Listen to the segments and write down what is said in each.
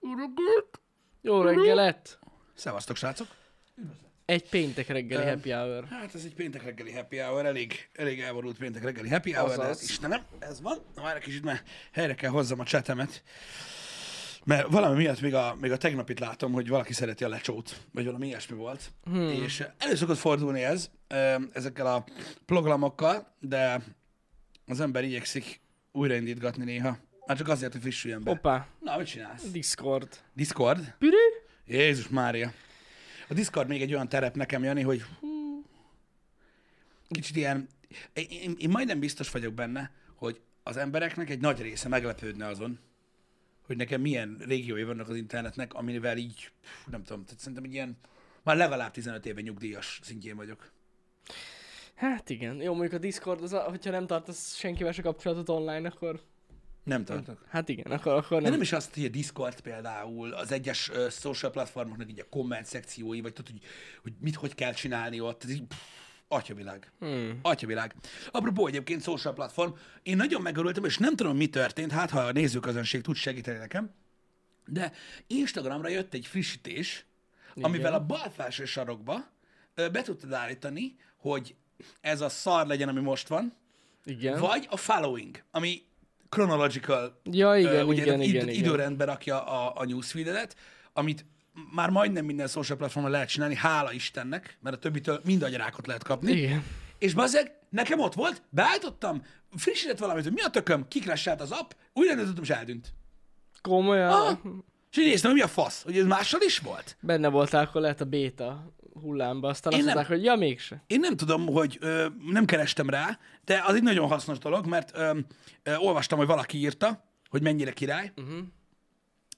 Öreget. Jó reggelet! Szevasztok, srácok! Egy péntek reggeli happy hour. Hát ez egy péntek reggeli happy hour, elég, elég elborult péntek reggeli happy hour, de Azaz. ez Istenem, ez van. Na, már egy kicsit már helyre kell hozzam a csetemet. Mert valami miatt még a, még a tegnapit látom, hogy valaki szereti a lecsót, vagy valami ilyesmi volt. Hmm. És elő szokott fordulni ez, ö, ezekkel a programokkal, de az ember igyekszik újraindítgatni néha. Már csak azért, hogy frissüljön be. Hoppá, Na, mit csinálsz? Discord. Discord? Pürü? Jézus Mária. A Discord még egy olyan terep nekem, Jani, hogy hú, kicsit ilyen, én- én, én majdnem biztos vagyok benne, hogy az embereknek egy nagy része meglepődne azon, hogy nekem milyen régiói vannak az internetnek, amivel így, pff, nem tudom, tehát szerintem egy ilyen, már legalább 15 éve nyugdíjas szintjén vagyok. Hát igen. Jó, mondjuk a Discord, az a, hogyha nem tartasz senkivel se kapcsolatot online, akkor... Nem tartok. Hát igen, akkor, akkor De nem. nem is azt, hogy a Discord például, az egyes uh, social platformoknak így a komment szekciói, vagy tudod, hogy, hogy mit, hogy kell csinálni ott, ez így pff, atyavilág. Hmm. Atyavilág. Apropó egyébként social platform, én nagyon megörültem, és nem tudom, mi történt, hát ha a nézőközönség tud segíteni nekem, de Instagramra jött egy frissítés, Igen. amivel a bal felső sarokba ö, be tudtad állítani, hogy ez a szar legyen, ami most van, Igen. vagy a following, ami chronological Ja, igen, Ö, ugye igen, tehát igen, igen. id- időrendbe rakja a, a newsfeededet, amit már majdnem minden social platformon lehet csinálni, hála Istennek, mert a többitől mind agyrákot lehet kapni. Igen. És bazeg, nekem ott volt, beállítottam, frissített valamit, hogy mi a tököm, kikresselt az app, újra nem tudtam, és eltűnt. Komolyan. Ah, és így néztem, hogy mi a fasz, hogy ez mással is volt? Benne voltál, akkor lehet a béta hullámba, aztán Én azt nem. mondták, hogy ja, mégse. Én nem tudom, hogy ö, nem kerestem rá, de az egy nagyon hasznos dolog, mert ö, ö, olvastam, hogy valaki írta, hogy mennyire király, uh-huh.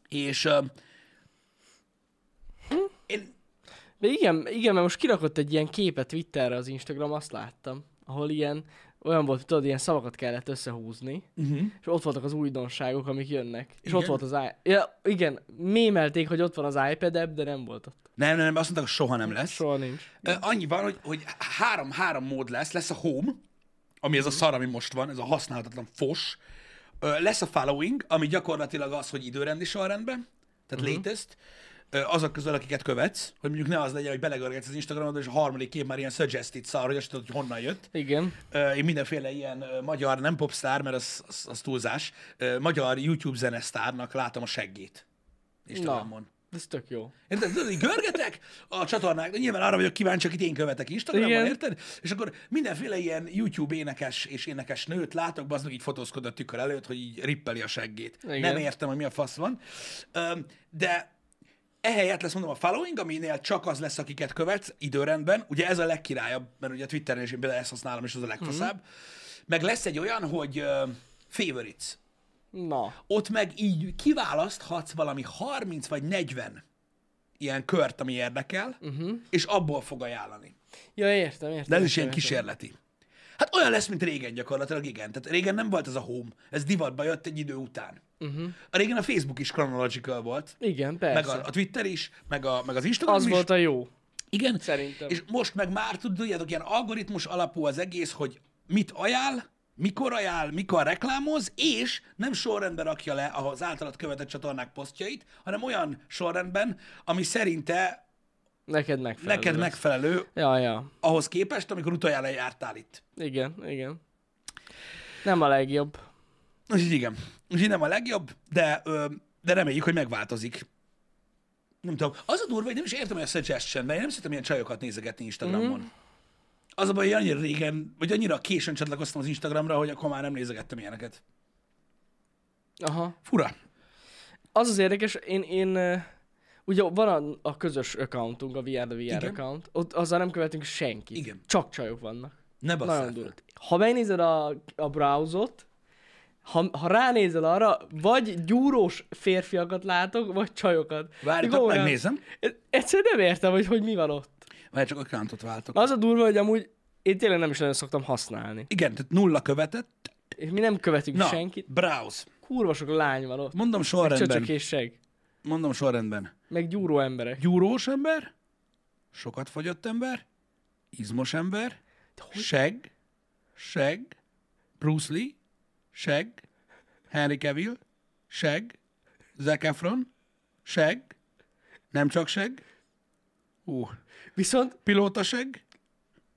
és ö, én De igen, igen, mert most kirakott egy ilyen képet Twitterre az Instagram, azt láttam, ahol ilyen, olyan volt, tudod, ilyen szavakat kellett összehúzni, uh-huh. és ott voltak az újdonságok, amik jönnek. És igen? ott Mhm. Igen? volt az I- ja, igen, mémelték, hogy ott van az iPad app, de nem volt ott. Nem, nem, nem, azt mondták, hogy soha nem lesz. Soha nincs. Ö, annyi van, hogy, hogy három-három mód lesz. Lesz a home, ami ez a szar, ami most van, ez a használhatatlan fos. Ö, lesz a following, ami gyakorlatilag az, hogy időrendi sorrendben, tehát uh-huh. latest. Ö, azok közül, akiket követsz, hogy mondjuk ne az legyen, hogy belegörgetsz az Instagramodra, és a harmadik kép már ilyen suggested szar, hogy azt tudod, hogy honnan jött. Igen. Ö, Én mindenféle ilyen ö, magyar, nem popstar, mert az, az, az túlzás, ö, magyar YouTube zenesztárnak látom a seggét. Instagramon. Na. Ez tök jó. Érted? Tudod, így Görgetek a csatornák, de nyilván arra vagyok kíváncsi, akit én követek Instagramon, Igen. érted? És akkor mindenféle ilyen YouTube énekes és énekes nőt látok, az így fotózkodott tükör előtt, hogy így rippeli a seggét. Igen. Igen. Nem értem, hogy mi a fasz van. Öm, de ehelyett lesz mondom a following, aminél csak az lesz, akiket követsz időrendben. Ugye ez a legkirályabb, mert ugye Twitteren is én például ezt használom, és az a legfaszább. Meg lesz egy olyan, hogy ö, favorites Na. ott meg így kiválaszthatsz valami 30 vagy 40 ilyen kört, ami érdekel, Mhm. uh-huh. és abból fog ajánlani. Ja, értem, értem. De ez is értem, értem. ilyen kísérleti. Hát olyan lesz, mint régen gyakorlatilag, igen. Tehát régen nem volt ez a home, ez divatba jött egy idő után. Mhm. Uh-huh. A régen a Facebook is chronological volt, Igen, persze. meg a, a Twitter is, meg, a, meg az Instagram Az is. volt a jó. Igen. Szerintem. És most meg már tudjátok, ilyen algoritmus alapú az egész, hogy mit ajánl, mikor ajánl, mikor reklámoz, és nem sorrendben rakja le az általad követett csatornák posztjait, hanem olyan sorrendben, ami szerinte Neked megfelelő. neked megfelelő Ja, ja. ahhoz képest, amikor utoljára jártál itt. Igen, igen. Nem a legjobb. Úgyhogy igen. Úgyhogy nem a legjobb, de, ö, de reméljük, hogy megváltozik. Nem tudom. Az a durva, hogy nem is értem, hogy a suggestion, mert én nem szeretem ilyen csajokat nézegetni Instagramon. Mhm. Mm. Az a baj, hogy annyira régen, vagy annyira későn csatlakoztam az Instagramra, hogy akkor már nem nézegettem ilyeneket. Aha. Fura. Az az érdekes, én, én ö, ugye van a, a közös accountunk, a VR the VR Igen. account, ott azzal nem követünk senkit. Igen. Csak csajok vannak. Ne Nagyon basszál. durva. Ha megnézed a, a browsot, ha, ha ránézel arra, vagy gyúrós férfiakat látok, vagy csajokat. Várjatok, Komolyan. megnézem. Egyszerűen nem értem, hogy, hogy mi van ott. Várj, csak accountot váltok. Az a durva, hogy amúgy én tényleg nem is nagyon szoktam használni. Igen, tehát nulla követett. És mi nem követünk Na, senkit. browse. Kurva sok lány van ott. Mondom sorrendben. Csöcsökésség. Mondom sorrendben. Meg gyúró emberek. Gyúrós ember, sokat fogyott ember, izmos ember, seg, seg, Bruce Lee, seg, Henry Cavill, seg, Zac Efron, Seg. Nem csak seg. Ú, Viszont pilóta seg.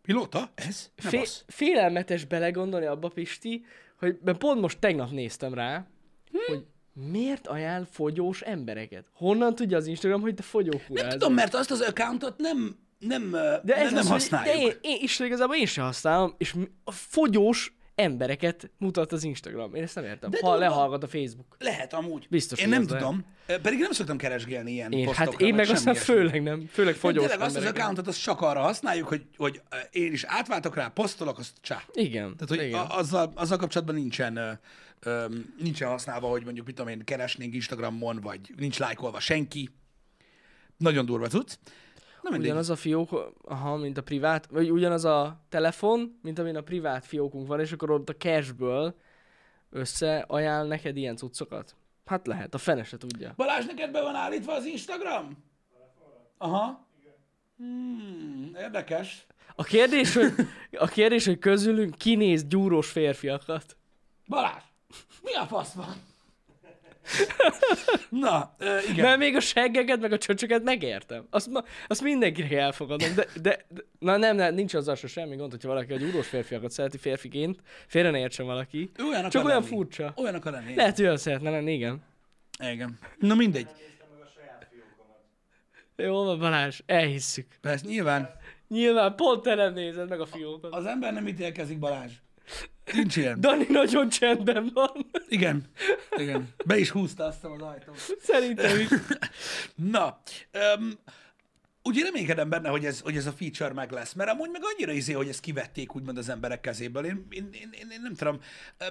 Pilóta? Ez? Nem fé- az. félelmetes belegondolni abba, Pisti, hogy mert pont most tegnap néztem rá, Hm? hogy miért ajánl fogyós embereket? Honnan tudja az Instagram, hogy te Nem fogyókúrázol? tudom, mert azt az accountot nem, nem, de ez nem, nem az, hogy- használjuk. De én, én is igazából én sem használom, és mi- a fogyós embereket mutat az Instagram. Én ezt nem értem. ha durva. lehallgat a Facebook. Lehet amúgy. Biztos, Én hogy nem az lehet. tudom. Ö, Pedig nem szoktam keresgélni ilyen Én, posztokra. hát én vagy meg semmi aztán ilyesmi. főleg nem. Főleg De fogyós Tényleg azt az embereket. accountot azt csak arra használjuk, hogy, hogy ö, én is átváltok rá, posztolok, azt csá. Igen. Tehát, hogy igen. a, azzal, azzal kapcsolatban nincsen, ö, ö, nincsen használva, hogy mondjuk, mit tudom én, keresnénk Instagramon, vagy nincs lájkolva senki. Nagyon durva cucc. Na mindegy. Ugyanaz a fiók, aha, mint a privát, vagy ugyanaz a telefon, mint amin a privát fiókunk van, és akkor ott a cashből összeajánl neked ilyen cuccokat. Hát lehet, a fene se tudja. Balázs, neked be van állítva az Instagram? Aha. Hmm, érdekes. A kérdés, hogy, a kérdés, hogy közülünk kinéz gyúrós férfiakat. Balázs, mi a fasz van? Na, ö, igen. Mert még a seggeket, meg a csöcsöket megértem. Azt, ma, azt mindenkinek elfogadom, de, de, de na nem, nem, nincs azzal se semmi gond, hogyha valaki a gyúrós férfiakat szereti férfiként, félre ne értsen valaki. Ő Olyan akar Csak olyan lenni. furcsa. Olyan akar lenni. Lehet, hogy olyan szeretne lenni, igen. Igen. Na mindegy. Jó van, Balázs, elhisszük. Persze, nyilván. Nyilván pont te nem nézed meg a fiókot. Az ember nem ítélkezik, Balázs. Nincs ilyen. Dani nagyon csendben van. Igen. Igen. Be is húzta azt az ajtót. Szerintem is. Na, um, ugye reménykedem benne, hogy ez, hogy ez a feature meg lesz, mert amúgy meg annyira izé, hogy ezt kivették úgymond az emberek kezéből. Én, én, én, én, én nem tudom.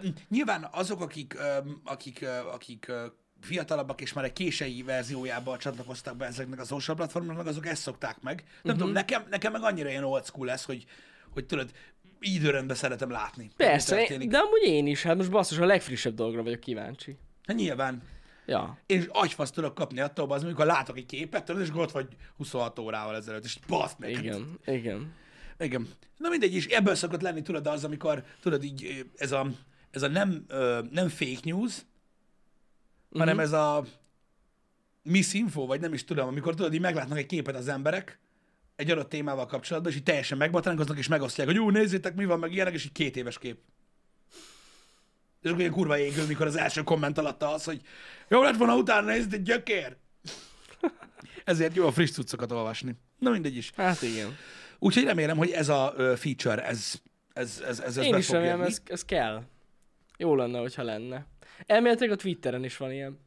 Um, nyilván azok, akik, um, akik, uh, akik uh, fiatalabbak és már egy késői verziójába csatlakoztak be ezeknek a social platformoknak, azok ezt szokták meg. Nem Mhm. uh-huh. tudom, nekem, nekem meg annyira ilyen old school lesz, hogy, hogy tudod, időrendben szeretem látni. hogy mi Persze, én, történik. de amúgy én is. Hát most basszus, a legfrissebb dologra vagyok kíváncsi. Hát Nyilván. Ja. és agyfasz tudok kapni attól, az, amikor látok egy képet, tudod, és akkor ott vagy 26 órával ezelőtt, és baszd meg. Hát, Igen, igen. igen. Na mindegy, és ebből szokott lenni, tudod, az, amikor, tudod, így ö, ez a, ez a nem, ö, nem fake news, uh-huh. hanem ez a misinfo, vagy nem is tudom, amikor tudod, így meglátnak egy képet az emberek, egy adott témával kapcsolatban, és így teljesen megbatánkoznak, és megosztják, hogy ú, nézzétek, mi van, meg ilyenek, és így két éves kép. És akkor ilyen kurva égő, mikor az első komment alatta az, hogy jó lett volna utána nézni, egy gyökér. Ezért jó a friss cuccokat olvasni. Na mindegy is. Hát igen. Úgyhogy remélem, hogy ez a ö, feature, ez, ez, ez, ez, ez Én be is fog remélem, jönni. ez, ez kell. Jó lenne, hogyha lenne. Elméletileg a Twitteren is van ilyen.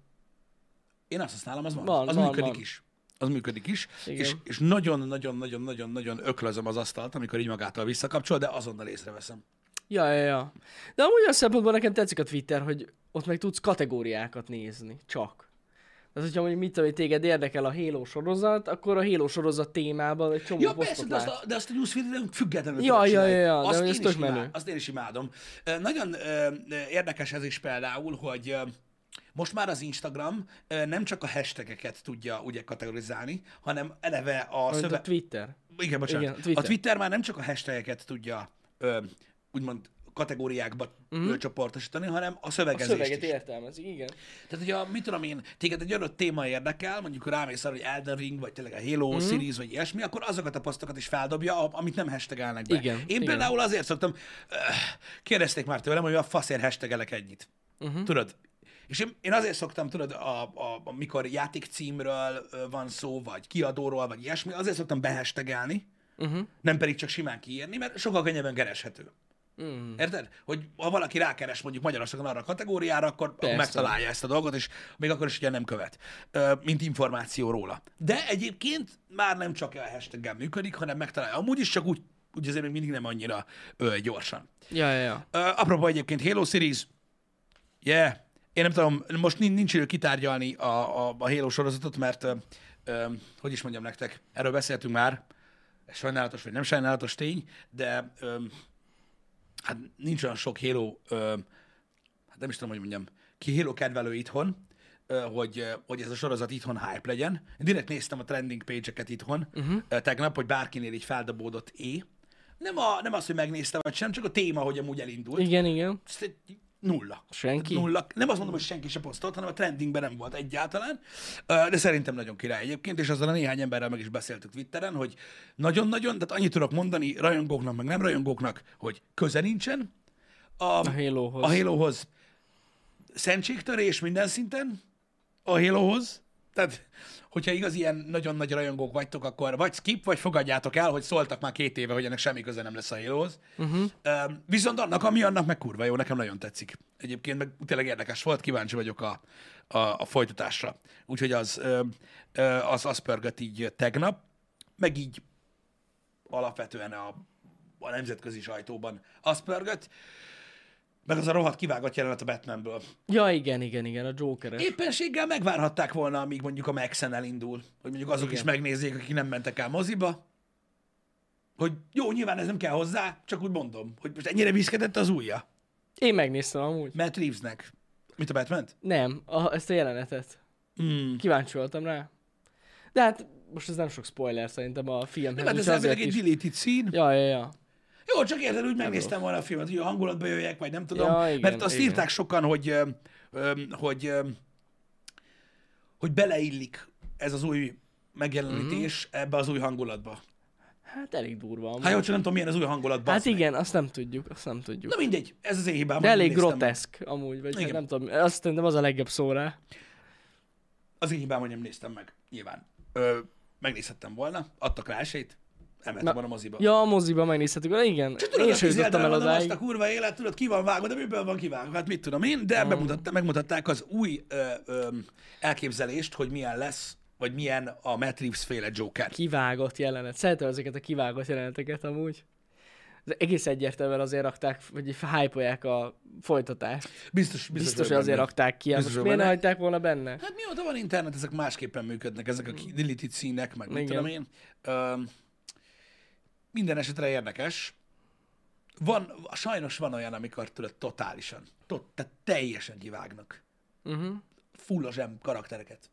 Én azt használom, az van. Van, az van, működik van. is. Az működik is. Igen. És, és nagyon-nagyon-nagyon-nagyon-nagyon öklözöm az asztalt, amikor így magától visszakapcsol, de azonnal észreveszem. Ja, ja, ja. De amúgy olyan szempontból nekem tetszik a Twitter, hogy ott meg tudsz kategóriákat nézni. Csak. Tehát, hogyha mondjuk mit tudom, hogy téged érdekel a Halo sorozat, akkor a Halo sorozat témában egy csomó Ja, posztot persze, de azt, látsz. a, de azt a newsfeed nem függetlenül Ja, tudod ja, csinálni. ja, ja, de azt, hogy én ez is tök imádom, menő. azt én is imádom. Ö, Nagyon ö, ö, érdekes ez is például, hogy ö, most már az Instagram ö, nem csak a hashtageket tudja ugye kategorizálni, hanem eleve a Mint a szöve... Twitter. Igen, bocsánat. Igen, a Igen, Twitter. Twitter. A Twitter már nem csak a hashtageket tudja ö, úgymond kategóriákba mm. csoportosítani, hanem a Mhm. A szövegezést szöveget is. értelmezik, igen. Tehát, hogyha mit tudom én, téged egy adott téma érdekel, mondjuk rámész arra, hogy Elden Ring, vagy tényleg a Halo mm. Mhm. series, vagy ilyesmi, akkor azokat a posztokat is feldobja, a- amit nem hashtagelnek be. Igen, én igen. például azért szoktam, öh, kérdezték már tőlem, hogy a faszért hashtagelek ennyit. Mhm. Uh-huh. Tudod? És én, én azért szoktam, tudod, a, a, amikor játékcímről ö, van szó, vagy kiadóról, vagy ilyesmi, azért szoktam behestegelni, uh-huh. nem pedig csak simán kiírni, mert sokkal könnyebben kereshető. Mm. Érted? Hogy ha valaki rákeres mondjuk Magyarországon arra a kategóriára, akkor Persze. Persze. megtalálja ezt a dolgot, és még akkor is ugye nem követ, ö, mint információ róla. De egyébként már nem csak a hashtaggel működik, hanem megtalálja. Amúgy is csak úgy, úgy azért még mindig nem annyira ö, gyorsan. Ja, ja, ja. Ö, apropó egyébként Halo Series, yeah, én nem tudom, most nin- nincs idő kitárgyalni a, a, a Halo sorozatot, mert ö, ö, hogy is mondjam nektek, erről beszéltünk már, ez sajnálatos vagy nem sajnálatos tény, de ö, hát nincs olyan sok Halo, ö, hát nem is tudom, hogy mondjam, ki Halo kedvelő itthon, ö, hogy, ö, hogy ez a sorozat itthon hype legyen. Én direkt néztem a trending page-eket itthon uh-huh. tegnap, hogy bárkinél így feldobódott é. Nem, a, nem az, hogy megnéztem, vagy sem, csak a téma, hogy amúgy elindult Igen, igen. ezt egy Nulla. Senki? Nulla. Nem azt mondom, hogy senki se posztolt, hanem a trendingben nem volt egyáltalán, Ö, de szerintem nagyon király egyébként, és azzal a néhány emberrel meg is beszéltük Twitteren, hogy nagyon-nagyon, tehát annyit tudok mondani rajongóknak, meg nem rajongóknak, hogy köze nincsen a, a Halohoz. A Halohoz. Szentségtörés minden szinten, a Halohoz. Tehát, hogyha igaz ilyen nagyon nagy rajongók vagytok, akkor vagy skip, vagy fogadjátok el, hogy szóltak már két éve, hogy ennek semmi köze nem lesz a Halohoz. Uh-huh. Viszont annak, ami annak meg kurva jó, nekem nagyon tetszik. Egyébként meg tényleg érdekes volt, kíváncsi vagyok a, a, a folytatásra. Úgyhogy az, ö, ö, az, az pörgött így tegnap, meg így alapvetően a, a nemzetközi sajtóban az pörgött, meg az a rohadt kivágott jelenet a Batmanből. Ja, igen, igen, igen, a Joker. Éppenséggel megvárhatták volna, amíg mondjuk a Maxen elindul, hogy mondjuk azok Igen. is megnézzék, akik nem mentek el moziba, hogy jó, nyilván ez nem kell hozzá, csak úgy mondom, hogy most ennyire viszkedett az újja. Én megnéztem amúgy. Matt Reevesnek. Mit a batman Nem, a, ezt a jelenetet. Mm. Kíváncsi voltam rá. De hát most ez nem sok spoiler szerintem a filmhez. Nem, hát ez úgyhogy azért elvileg egy is- deleted scene. Ja, ja, ja. Jó, csak érted, úgy megnéztem volna a filmet, hogy a hangulatba jöjjek, vagy nem tudom. Ja, igen, mert azt igen. írták sokan, hogy, ö, ö, hogy, ö, hogy beleillik ez az új megjelenítés Mhm. ebbe az új hangulatba. Hát elég durva. amúgy. Hát jó, csak nem tudom, milyen az új hangulat. Hát Hát igen. igen, azt nem tudjuk, azt nem tudjuk. Na mindegy, ez az én hibám. De hogy nem elég néztem. groteszk amúgy, vagy hát Igen. nem tudom, azt szerintem az a legjobb szó rá. Az én hibám, hogy nem néztem meg, nyilván. Ö, megnézhettem volna, adtak rá esélyt, elmentem Na, volna a moziba. Ja, a moziban megnézhetük, Na, igen, Tudod, én a sem tíz jutottam el oldalon odáig. azt a kurva élet, tudod, ki van vágva, de miből van kivágva, hát mit tudom én, Mm. de bemutatták, megmutatták az új ö, ö, elképzelést, hogy milyen lesz, vagy milyen a Matt Reeves féle Joker. kivágott jelenet. Szeretem ezeket a kivágott jeleneteket amúgy. Az egész egyértelműen azért rakták, vagy hype a folytatást. Biztos, biztos, Biztos, hogy vagyok azért benne. rakták ki, hát most Biztos, miért hogy ne benne. hagyták volna benne? Hmm. Hát mióta van internet, ezek másképpen működnek, ezek a ki- deleted színek, meg mit Igen. tudom én. Ö, minden esetre érdekes. Van, sajnos van olyan, amikor tudod, totálisan, tot, tehát teljesen kivágnak Uh-huh. fullos em karaktereket.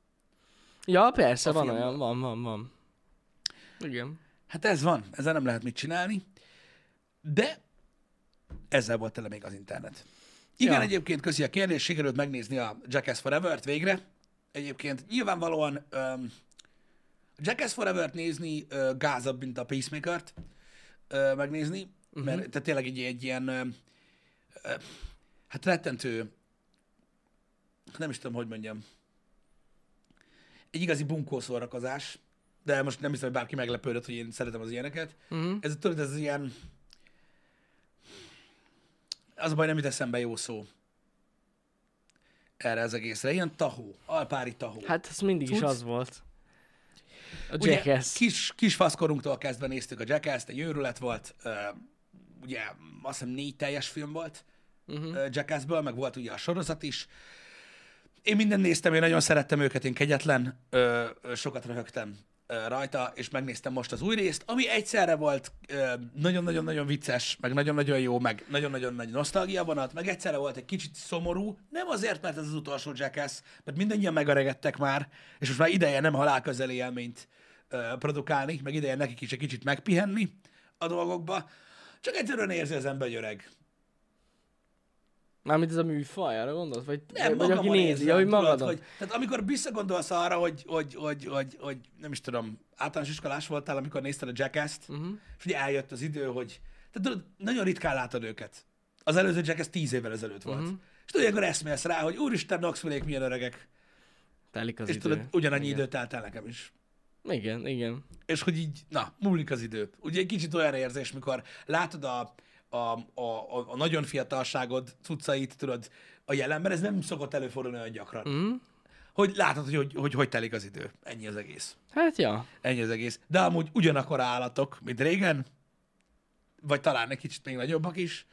Ja, persze, A van filmben. olyan, van, van, van. Igen. Hát ez van, ezzel nem lehet mit csinálni, de ezzel volt tele még az internet. Igen, Ja. egyébként köszi a kérdés, sikerült megnézni a Jackass Forever-t végre. Egyébként nyilvánvalóan öm, a Jackass Forever-t nézni ö, gázabb, mint a Peacemaker-t ö, megnézni, uh-huh. mert tehát tényleg egy, egy ilyen, ö, ö, hát rettentő, nem is tudom, hogy mondjam, egy igazi bunkó szórakozás, de most nem hiszem, hogy bárki meglepődött, hogy én szeretem az ilyeneket. Mhm. Uh-huh. Ez tudod, ez ilyen... Az a baj, nem jut eszembe jó szó erre az egészre. Ilyen tahó, alpári tahó. Hát ez mindig is Cucc. az volt. A Ugye, Jackass. Kis, kis faszkorunktól kezdve néztük a Jackass-t, egy őrület volt, ö, ugye azt hiszem négy teljes film volt Mhm. uh-huh. Jackassből, meg volt ugye a sorozat is. Én mindent néztem, én nagyon szerettem őket, én kegyetlen, ö, ö, sokat röhögtem ö, rajta, és megnéztem most az új részt, ami egyszerre volt ö, nagyon-nagyon-nagyon vicces, meg nagyon-nagyon jó, meg nagyon-nagyon nagy nosztalgia vonat, meg egyszerre volt egy kicsit szomorú, nem azért, mert ez az utolsó Jackass, mert mindannyian megaregettek már, és most már ideje nem halálközeli élményt ö, produkálni, meg ideje nekik is egy kicsit megpihenni a dolgokba, csak egyszerűen érzi az ember, hogy öreg. Mármint ez a műfaj, arra gondolsz? Vagy, Nem, vagy aki magamon nézi, érzem, ja, hogy tudod, magadon. Hogy, tehát amikor visszagondolsz arra, hogy, hogy, hogy, hogy, hogy nem is tudom, általános iskolás voltál, amikor nézted a Jackass-t, Mhm. uh-huh. és ugye eljött az idő, hogy tehát tudod, nagyon ritkán látod őket. Az előző Jackass tíz évvel ezelőtt volt. Mhm. Uh-huh. És tudod, akkor eszmélsz rá, hogy úristen, Knoxville-ék milyen öregek. Telik az És idő. tudod, ugyanannyi időt állt el nekem is. Igen, igen. És hogy így, na, múlik az idő. Ugye egy kicsit olyan érzés, mikor látod a, a, a, a, a nagyon fiatalságod cuccait, tudod, a jelenben, ez nem szokott előfordulni olyan gyakran. Mm. Hogy látod, hogy hogy, hogy hogy telik az idő. Ennyi az egész. Hát ja. Ennyi az egész. De amúgy ugyanakkor állatok, mint régen, vagy talán egy kicsit még nagyobbak is,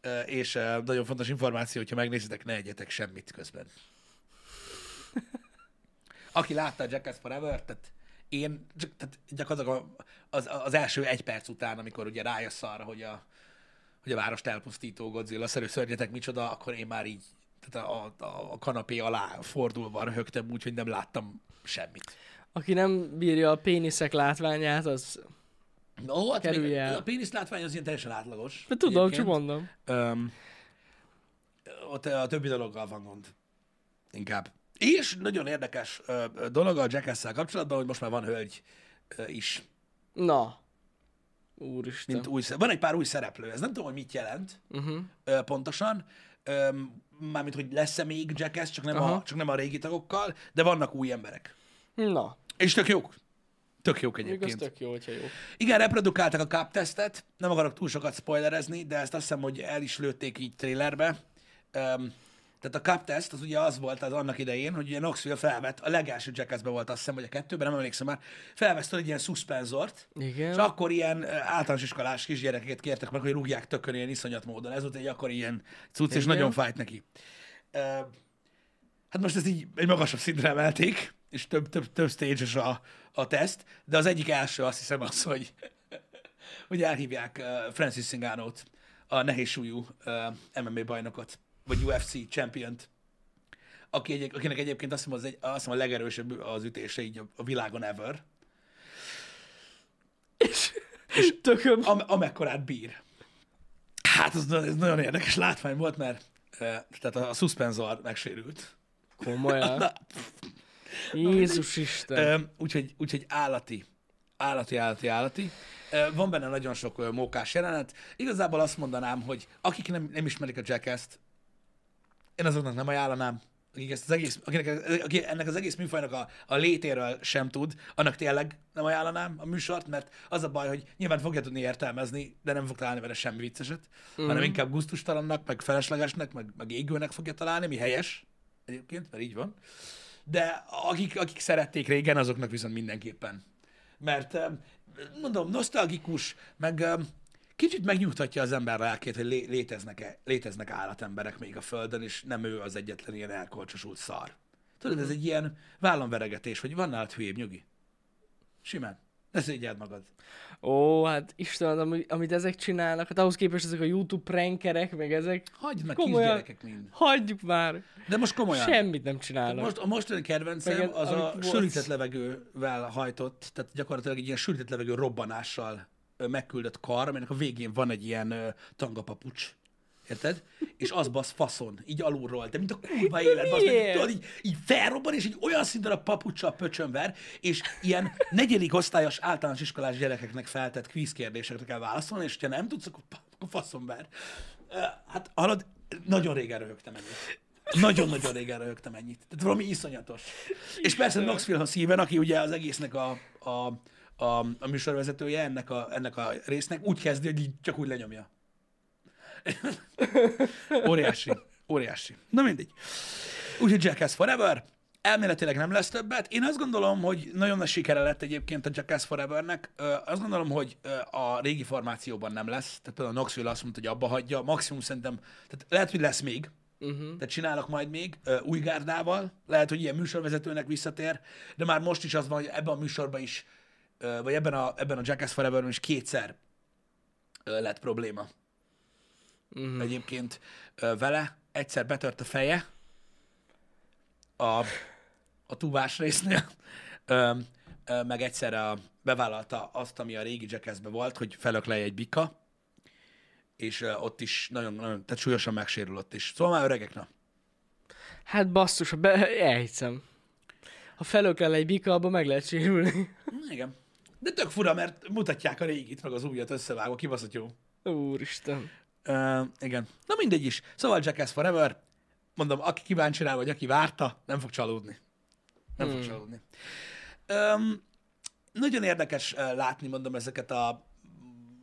Ö, és ö, nagyon fontos információ, hogyha megnézitek, ne egyetek semmit közben. Aki látta a Jackass forever tehát én csak, tehát gyakorlatilag a- az, az, első egy perc után, amikor ugye rájössz arra, hogy a, hogy a várost elpusztító Godzilla-szerű szörnyetek micsoda, akkor én már így tehát a, a, a kanapé alá fordulva röhögtem úgy, hogy nem láttam semmit. Aki nem bírja a péniszek látványát, az... Ó, hát még, Kerülj el. a pénisz látvány az ilyen teljesen átlagos. De tudom, egyébként. csak mondom. Öm, ott a többi dologgal van gond. Inkább. És nagyon érdekes ö, ö, dolog a jackass kapcsolatban, hogy most már van hölgy ö, is, Na. Úristen. mint új, sze- van egy pár új szereplő. Ez nem tudom, hogy mit jelent Mhm. uh-huh. ö, pontosan. Ö, mármint, hogy lesz-e még Jackass, csak nem, a, Aha. csak nem a régi tagokkal, de vannak új emberek. Na. És tök jók. Tök jók Még az egyébként. tök jó, hogyha jó. Igen, reprodukáltak a cup tesztet, nem akarok túl sokat spoilerezni, de ezt azt hiszem, hogy el is lőtték így trailerbe. Um, tehát a cup test az ugye az volt az annak idején, hogy ugye Knoxville felvett, a legelső jackass volt azt hiszem, vagy a kettőben, nem emlékszem már, felvesztett egy ilyen szuszpenzort, Igen. és akkor ilyen ö, általános iskolás kisgyerekeket kértek meg, hogy rúgják tökön ilyen iszonyat módon. Ez volt egy akkor ilyen cucc, és Igen. nagyon fájt neki. Öm, Hát most ezt így egy magasabb szintre emelték, és több, több, több stage a, a teszt, de az egyik első azt hiszem az, hogy, hogy elhívják ö, Francis Ngannou-t, a nehéz súlyú ö, MMA bajnokot, vagy UFC championt, aki egy, akinek egyébként azt hiszem, az egy, azt hiszem a legerősebb az ütése így a, a világon ever, És tököm. am, amekkorát bír. Hát az, ez nagyon érdekes látvány volt, mert ö, tehát a, a szuszpenzor megsérült. Komolyan. Na, Jézus Isten. Ö, Úgyhogy, úgyhogy állati, állati, állati, állati. Ö, Van benne nagyon sok ö, mókás jelenet. Igazából azt mondanám, hogy akik nem, nem ismerik a Jackass-t, én azoknak nem ajánlanám, akik ezt az egész, akinek, aki ennek az egész műfajnak a, a létéről sem tud, annak tényleg nem ajánlanám a műsort, mert az a baj, hogy nyilván fogja tudni értelmezni, de nem fog találni vele semmi vicceset, mm. hanem inkább guztustalannak, meg feleslegesnek, meg, meg égőnek fogja találni, mi helyes egyébként, mert így van. De akik, akik szerették régen, azoknak viszont mindenképpen. Mert em, mondom, nosztalgikus, meg em, kicsit megnyugtatja az ember lelkét, hogy lé- léteznek, léteznek állatemberek még a Földön, és nem ő az egyetlen ilyen elkolcsosult szar. Tudod, ez egy ilyen vállamveregetés, hogy van nálad hülyébb nyugi. Simán. Ne szégyeld magad. Ó, hát Isten, amit, amit ezek csinálnak, hát ahhoz képest ezek a YouTube prankerek, meg ezek, Hagyd meg Komolyan. kisgyerekek mind. hagyjuk már, De most komolyan. semmit nem csinálnak. Most, a mostani kedvencem Meg az a amit volt. sűrített levegővel hajtott, tehát gyakorlatilag egy ilyen sűrített levegő robbanással ö, megküldött kar, aminek a végén van egy ilyen ö, tangapapucs. Érted? És az basz faszon, így alulról, de mint a kurva élet, basz, meg, miért? tudod, így, így felrobban, és így olyan szinten a papucsa a pöcsönver, és ilyen negyedik osztályos általános iskolás gyerekeknek feltett quiz kérdésekre kell válaszolni, és ha nem tudsz, akkor, pa- akkor faszon ver. Ö, Hát hallod, nagyon régen röhögtem ennyit. Nagyon-nagyon régen röhögtem ennyit. Tehát valami iszonyatos. És persze Knoxville a szíven, aki ugye az egésznek a, a, a, a műsorvezetője ennek a, ennek a résznek, úgy kezdi, hogy így csak úgy lenyomja. Óriási. Óriási. Na mindegy. Úgyhogy Jackass Forever. Elméletileg nem lesz többet. Én azt gondolom, hogy nagyon nagy sikere lett egyébként a Jackass Forevernek. Ö, azt gondolom, hogy ö, a régi formációban nem lesz. Tehát például a Knoxville azt mondta, hogy abba hagyja. Maximum szerintem, tehát lehet, hogy lesz még. Uh-huh. Tehát csinálok majd még ö, új gárdával. Lehet, hogy ilyen műsorvezetőnek visszatér. De már most is az van, hogy ebben a műsorban is, ö, vagy ebben a, ebben a Jackass Foreverben is kétszer ö, lett probléma mm. egyébként ö, vele. Egyszer betört a feje a, a tubás résznél, ö, ö, meg egyszer a, bevállalta azt, ami a régi jackassbe volt, hogy felökleje egy bika, és ö, ott is nagyon, nagyon tehát súlyosan megsérülött is. Szóval már öregek, na. Hát basszus, ha be... elhiszem. Ha felöklel egy bika, abban meg lehet sérülni. Igen. De tök fura, mert mutatják a régit, meg az újat összevágva, kibaszott jó. Úristen. Uh, igen. Na mindegy is. Szóval Jackass Forever, mondom, aki kíváncsi rá, vagy aki várta, nem fog csalódni. Nem hmm. fog csalódni. Um, nagyon érdekes uh, látni, mondom, ezeket a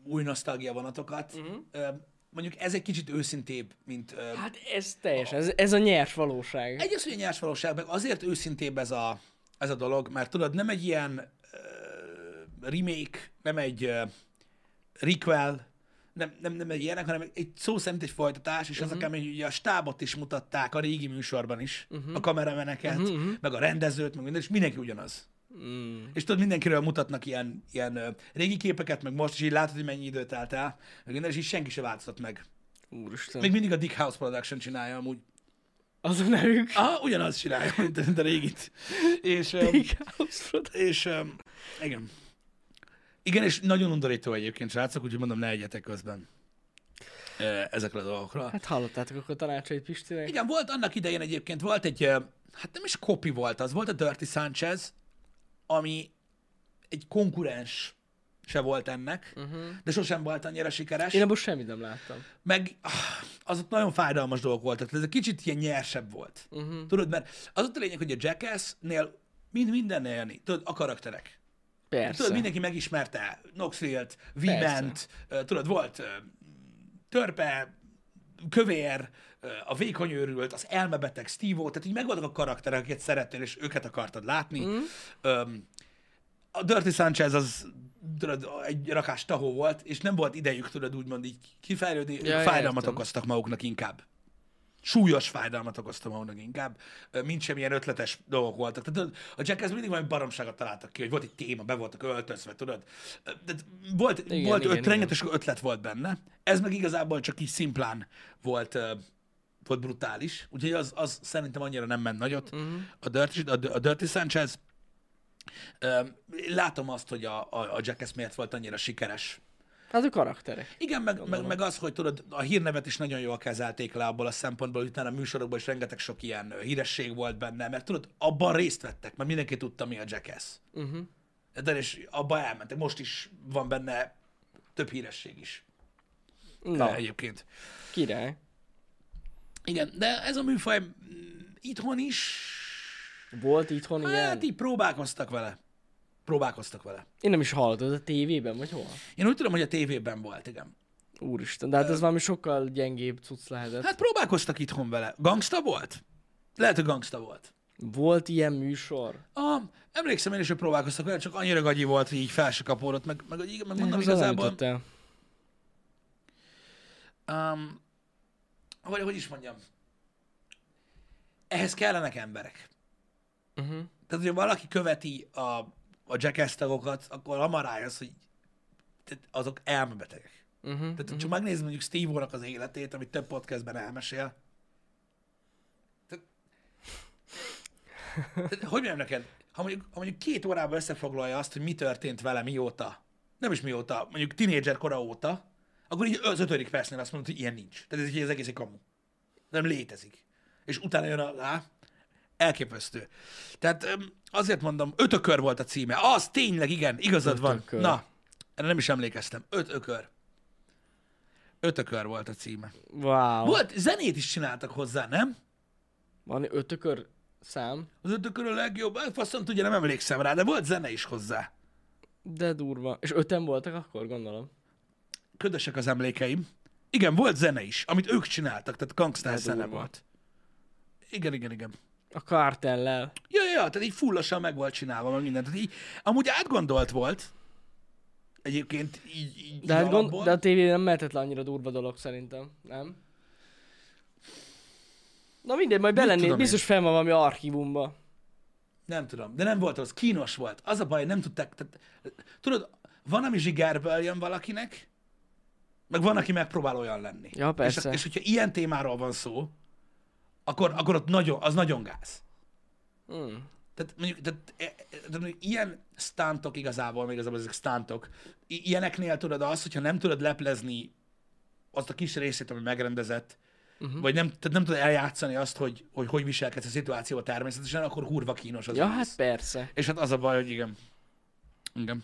új nosztalgia vonatokat. Uh-huh. mondjuk ez egy kicsit őszintébb, mint... Uh, Hát ez teljesen, ez, ez a nyers valóság. Egyrészt, hogy a nyers valóság, meg azért őszintébb ez a, ez a dolog, mert tudod, nem egy ilyen uh, remake, nem egy uh, requel, nem, nem, nem egy ilyenek, hanem egy szó szerint egy folytatás, és uh-huh. az a kemény, hogy ugye a stábot is mutatták a régi műsorban is, uh-huh. a kamerameneket, uh-huh, uh-huh. meg a rendezőt, meg minden, és mindenki ugyanaz. Mm. És tudod, mindenkiről mutatnak ilyen, ilyen ö, régi képeket, meg most is így látod, hogy mennyi időt telt el, meg minden, és így senki se változott meg. Úristen. Még mindig a Dick House Production csinálja amúgy. Az a nevük. Aha, ugyanazt csinálja, mint, mint a régit. És, öm, Big House Production. és öm, igen. Igen, és nagyon undorító egyébként, srácok, úgyhogy mondom, ne egyetek közben. ö, ezekre a dolgokra. Hát hallottátok akkor tanácsait Pistinek? Igen, volt annak idején egyébként, volt egy, ö, hát nem is kopi volt az, volt a Dirty Sanchez, ami egy konkurens se volt ennek, uh-huh. de sosem volt annyira sikeres. Én abból semmit nem láttam. Meg ah, azok nagyon fájdalmas dolgok voltak, tehát ez egy kicsit ilyen nyersebb volt. Uh-huh. Tudod, mert az ott a lényeg, hogy a Jackass-nél mind mindennél jönni, tudod, a karakterek. Persze. Tudod, mindenki megismerte Knoxville-t, Viment, tudod, volt ö, törpe, kövér, ö, a vékony őrült, az elmebeteg steve tehát így megvoltak a karakterek, akiket szeretnél, és őket akartad látni. Mm. Öm, a Dirty Sanchez az tudod, egy rakás tahó volt, és nem volt idejük, tudod, úgymond így kifejlődni, Ja, ja, fájdalmat értem. okoztak maguknak inkább. Súlyos fájdalmat okoztam maguknak inkább, ö, mint semmilyen ötletes dolgok voltak. Tehát tudod, a Jackass mindig valami baromságot találtak ki, hogy volt egy téma, be voltak öltözve, tudod. Ö, De volt, igen, igen, volt igen, öt, igen. rengeteg ötlet volt benne. Ez meg igazából csak így szimplán volt, ö, volt brutális. Úgyhogy az, az szerintem annyira nem ment nagyot. Uh-huh. A, Dirty, a, a Dirty Sanchez Ö, Látom azt, hogy a, a, a Jackass miért volt annyira sikeres. Hát a karakterek. Igen, meg, meg, meg az, hogy tudod, a hírnevet is nagyon jól kezelték le abból a szempontból, hogy utána a műsorokban is rengeteg sok ilyen ö, híresség volt benne, mert tudod, abban részt vettek, mert mindenki tudta, mi a Jackass. Uh-huh. De és abba elmentek. Most is van benne több híresség is. Na, ö, Egyébként. király. Igen, de ez a műfaj mm, itthon is, Volt itthon ilyen? hát így próbálkoztak vele. Próbálkoztak vele. Én nem is hallottam, a tévében vagy hol? Én úgy tudom, hogy a tévében volt, igen. Úristen, de hát ez valami sokkal gyengébb cucc lehetett. Hát próbálkoztak itthon vele. Gangsta volt? Lehet, hogy gangsta volt. Volt ilyen műsor? A, Ah, emlékszem én is, hogy próbálkoztak vele, csak annyira gagyi volt, hogy így fel se kapódott, meg, meg, meg, meg mondom Ez az nem igazából. jutott el. Um, vagy hogy is mondjam, ehhez kellenek emberek. Mhm. Tehát, hogyha valaki követi a, a jackass tagokat, akkor hamar rájössz, hogy tehát azok elmebetegek. Mhm, Tehát, uh-huh. csak megnézed mondjuk steve az életét, amit több podcastben elmesél. Tehát, tehát, hogy mondjam neked? Ha mondjuk, ha mondjuk két órában összefoglalja azt, hogy mi történt vele mióta, nem is mióta, mondjuk tinédzser kora óta, akkor így az ötödik percnél azt mondod, hogy ilyen nincs. Tehát ez, így- ez egész egy kamu. Nem létezik. És utána jön a... Á, elképesztő. Tehát öm, azért mondom, ötökör volt a címe. Az tényleg, igen, igazad Ötökör. van. Na, erre nem is emlékeztem. Ötökör. Ötökör volt a címe. Wow. Volt, zenét is csináltak hozzá, nem? Van ötökör szám, Az ötökör a legjobb, hát faszom tudja, nem emlékszem rá, de volt zene is hozzá. de durva. És öten voltak akkor, gondolom. Ködösek az emlékeim. Igen, volt zene is, amit ők csináltak, tehát gangster De zene durva. volt. Igen, igen, igen. A kartellel. Ja, ja, ja, tehát így fullosan meg volt csinálva, meg mindent. Tehát így, amúgy átgondolt volt, egyébként így, így De, hát gond, alapból. de a tévé nem mehetett le annyira durva dolog szerintem, nem? Na mindegy, majd belennél, tudom én? biztos fel van valami archívumba. Nem tudom, de nem volt az, kínos volt. Az a baj, nem tudták, tehát, tudod, van, ami zsigerből jön valakinek, meg van, aki megpróbál olyan lenni. Ja, persze. És, és hogyha ilyen témáról van szó, akkor, akkor ott nagyon, az nagyon gáz. Mm. Tehát mondjuk, tehát, e- e- tehát mondjuk ilyen stuntok igazából, még igazából ezek stuntok, i- ilyeneknél tudod az, hogyha nem tudod leplezni azt a kis részét, ami megrendezett, Mhm. uh-huh. vagy nem, tehát nem tudod eljátszani azt, hogy hogy, hogy viselkedsz a szituációban természetesen, akkor hurva kínos az Ja, egész. hát persze. És hát az a baj, hogy igen. Igen.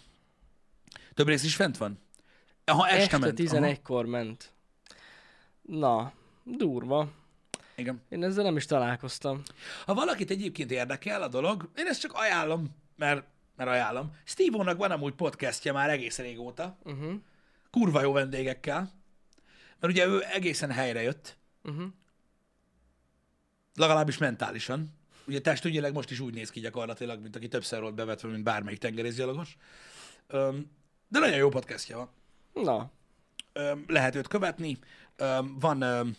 Több rész is fent van? Ha este, Este ment. Aha, 11-kor ment. Na, durva. igen. Én ezzel nem is találkoztam. Ha valakit egyébként érdekel a dolog, én ezt csak ajánlom, mert, mert ajánlom. Steve-ónak van amúgy podcastja már egész régóta. Uh-huh. Kurva jó vendégekkel. Mert ugye ő egészen helyre jött. Mhm. Legalábbis mentálisan. Ugye testügyileg most is úgy néz ki gyakorlatilag, mint aki többször volt bevetve, mint bármelyik tengerészgyalogos. Öm, De nagyon jó podcastja van. Na, Öm, lehet őt követni. Öm, Van, öm,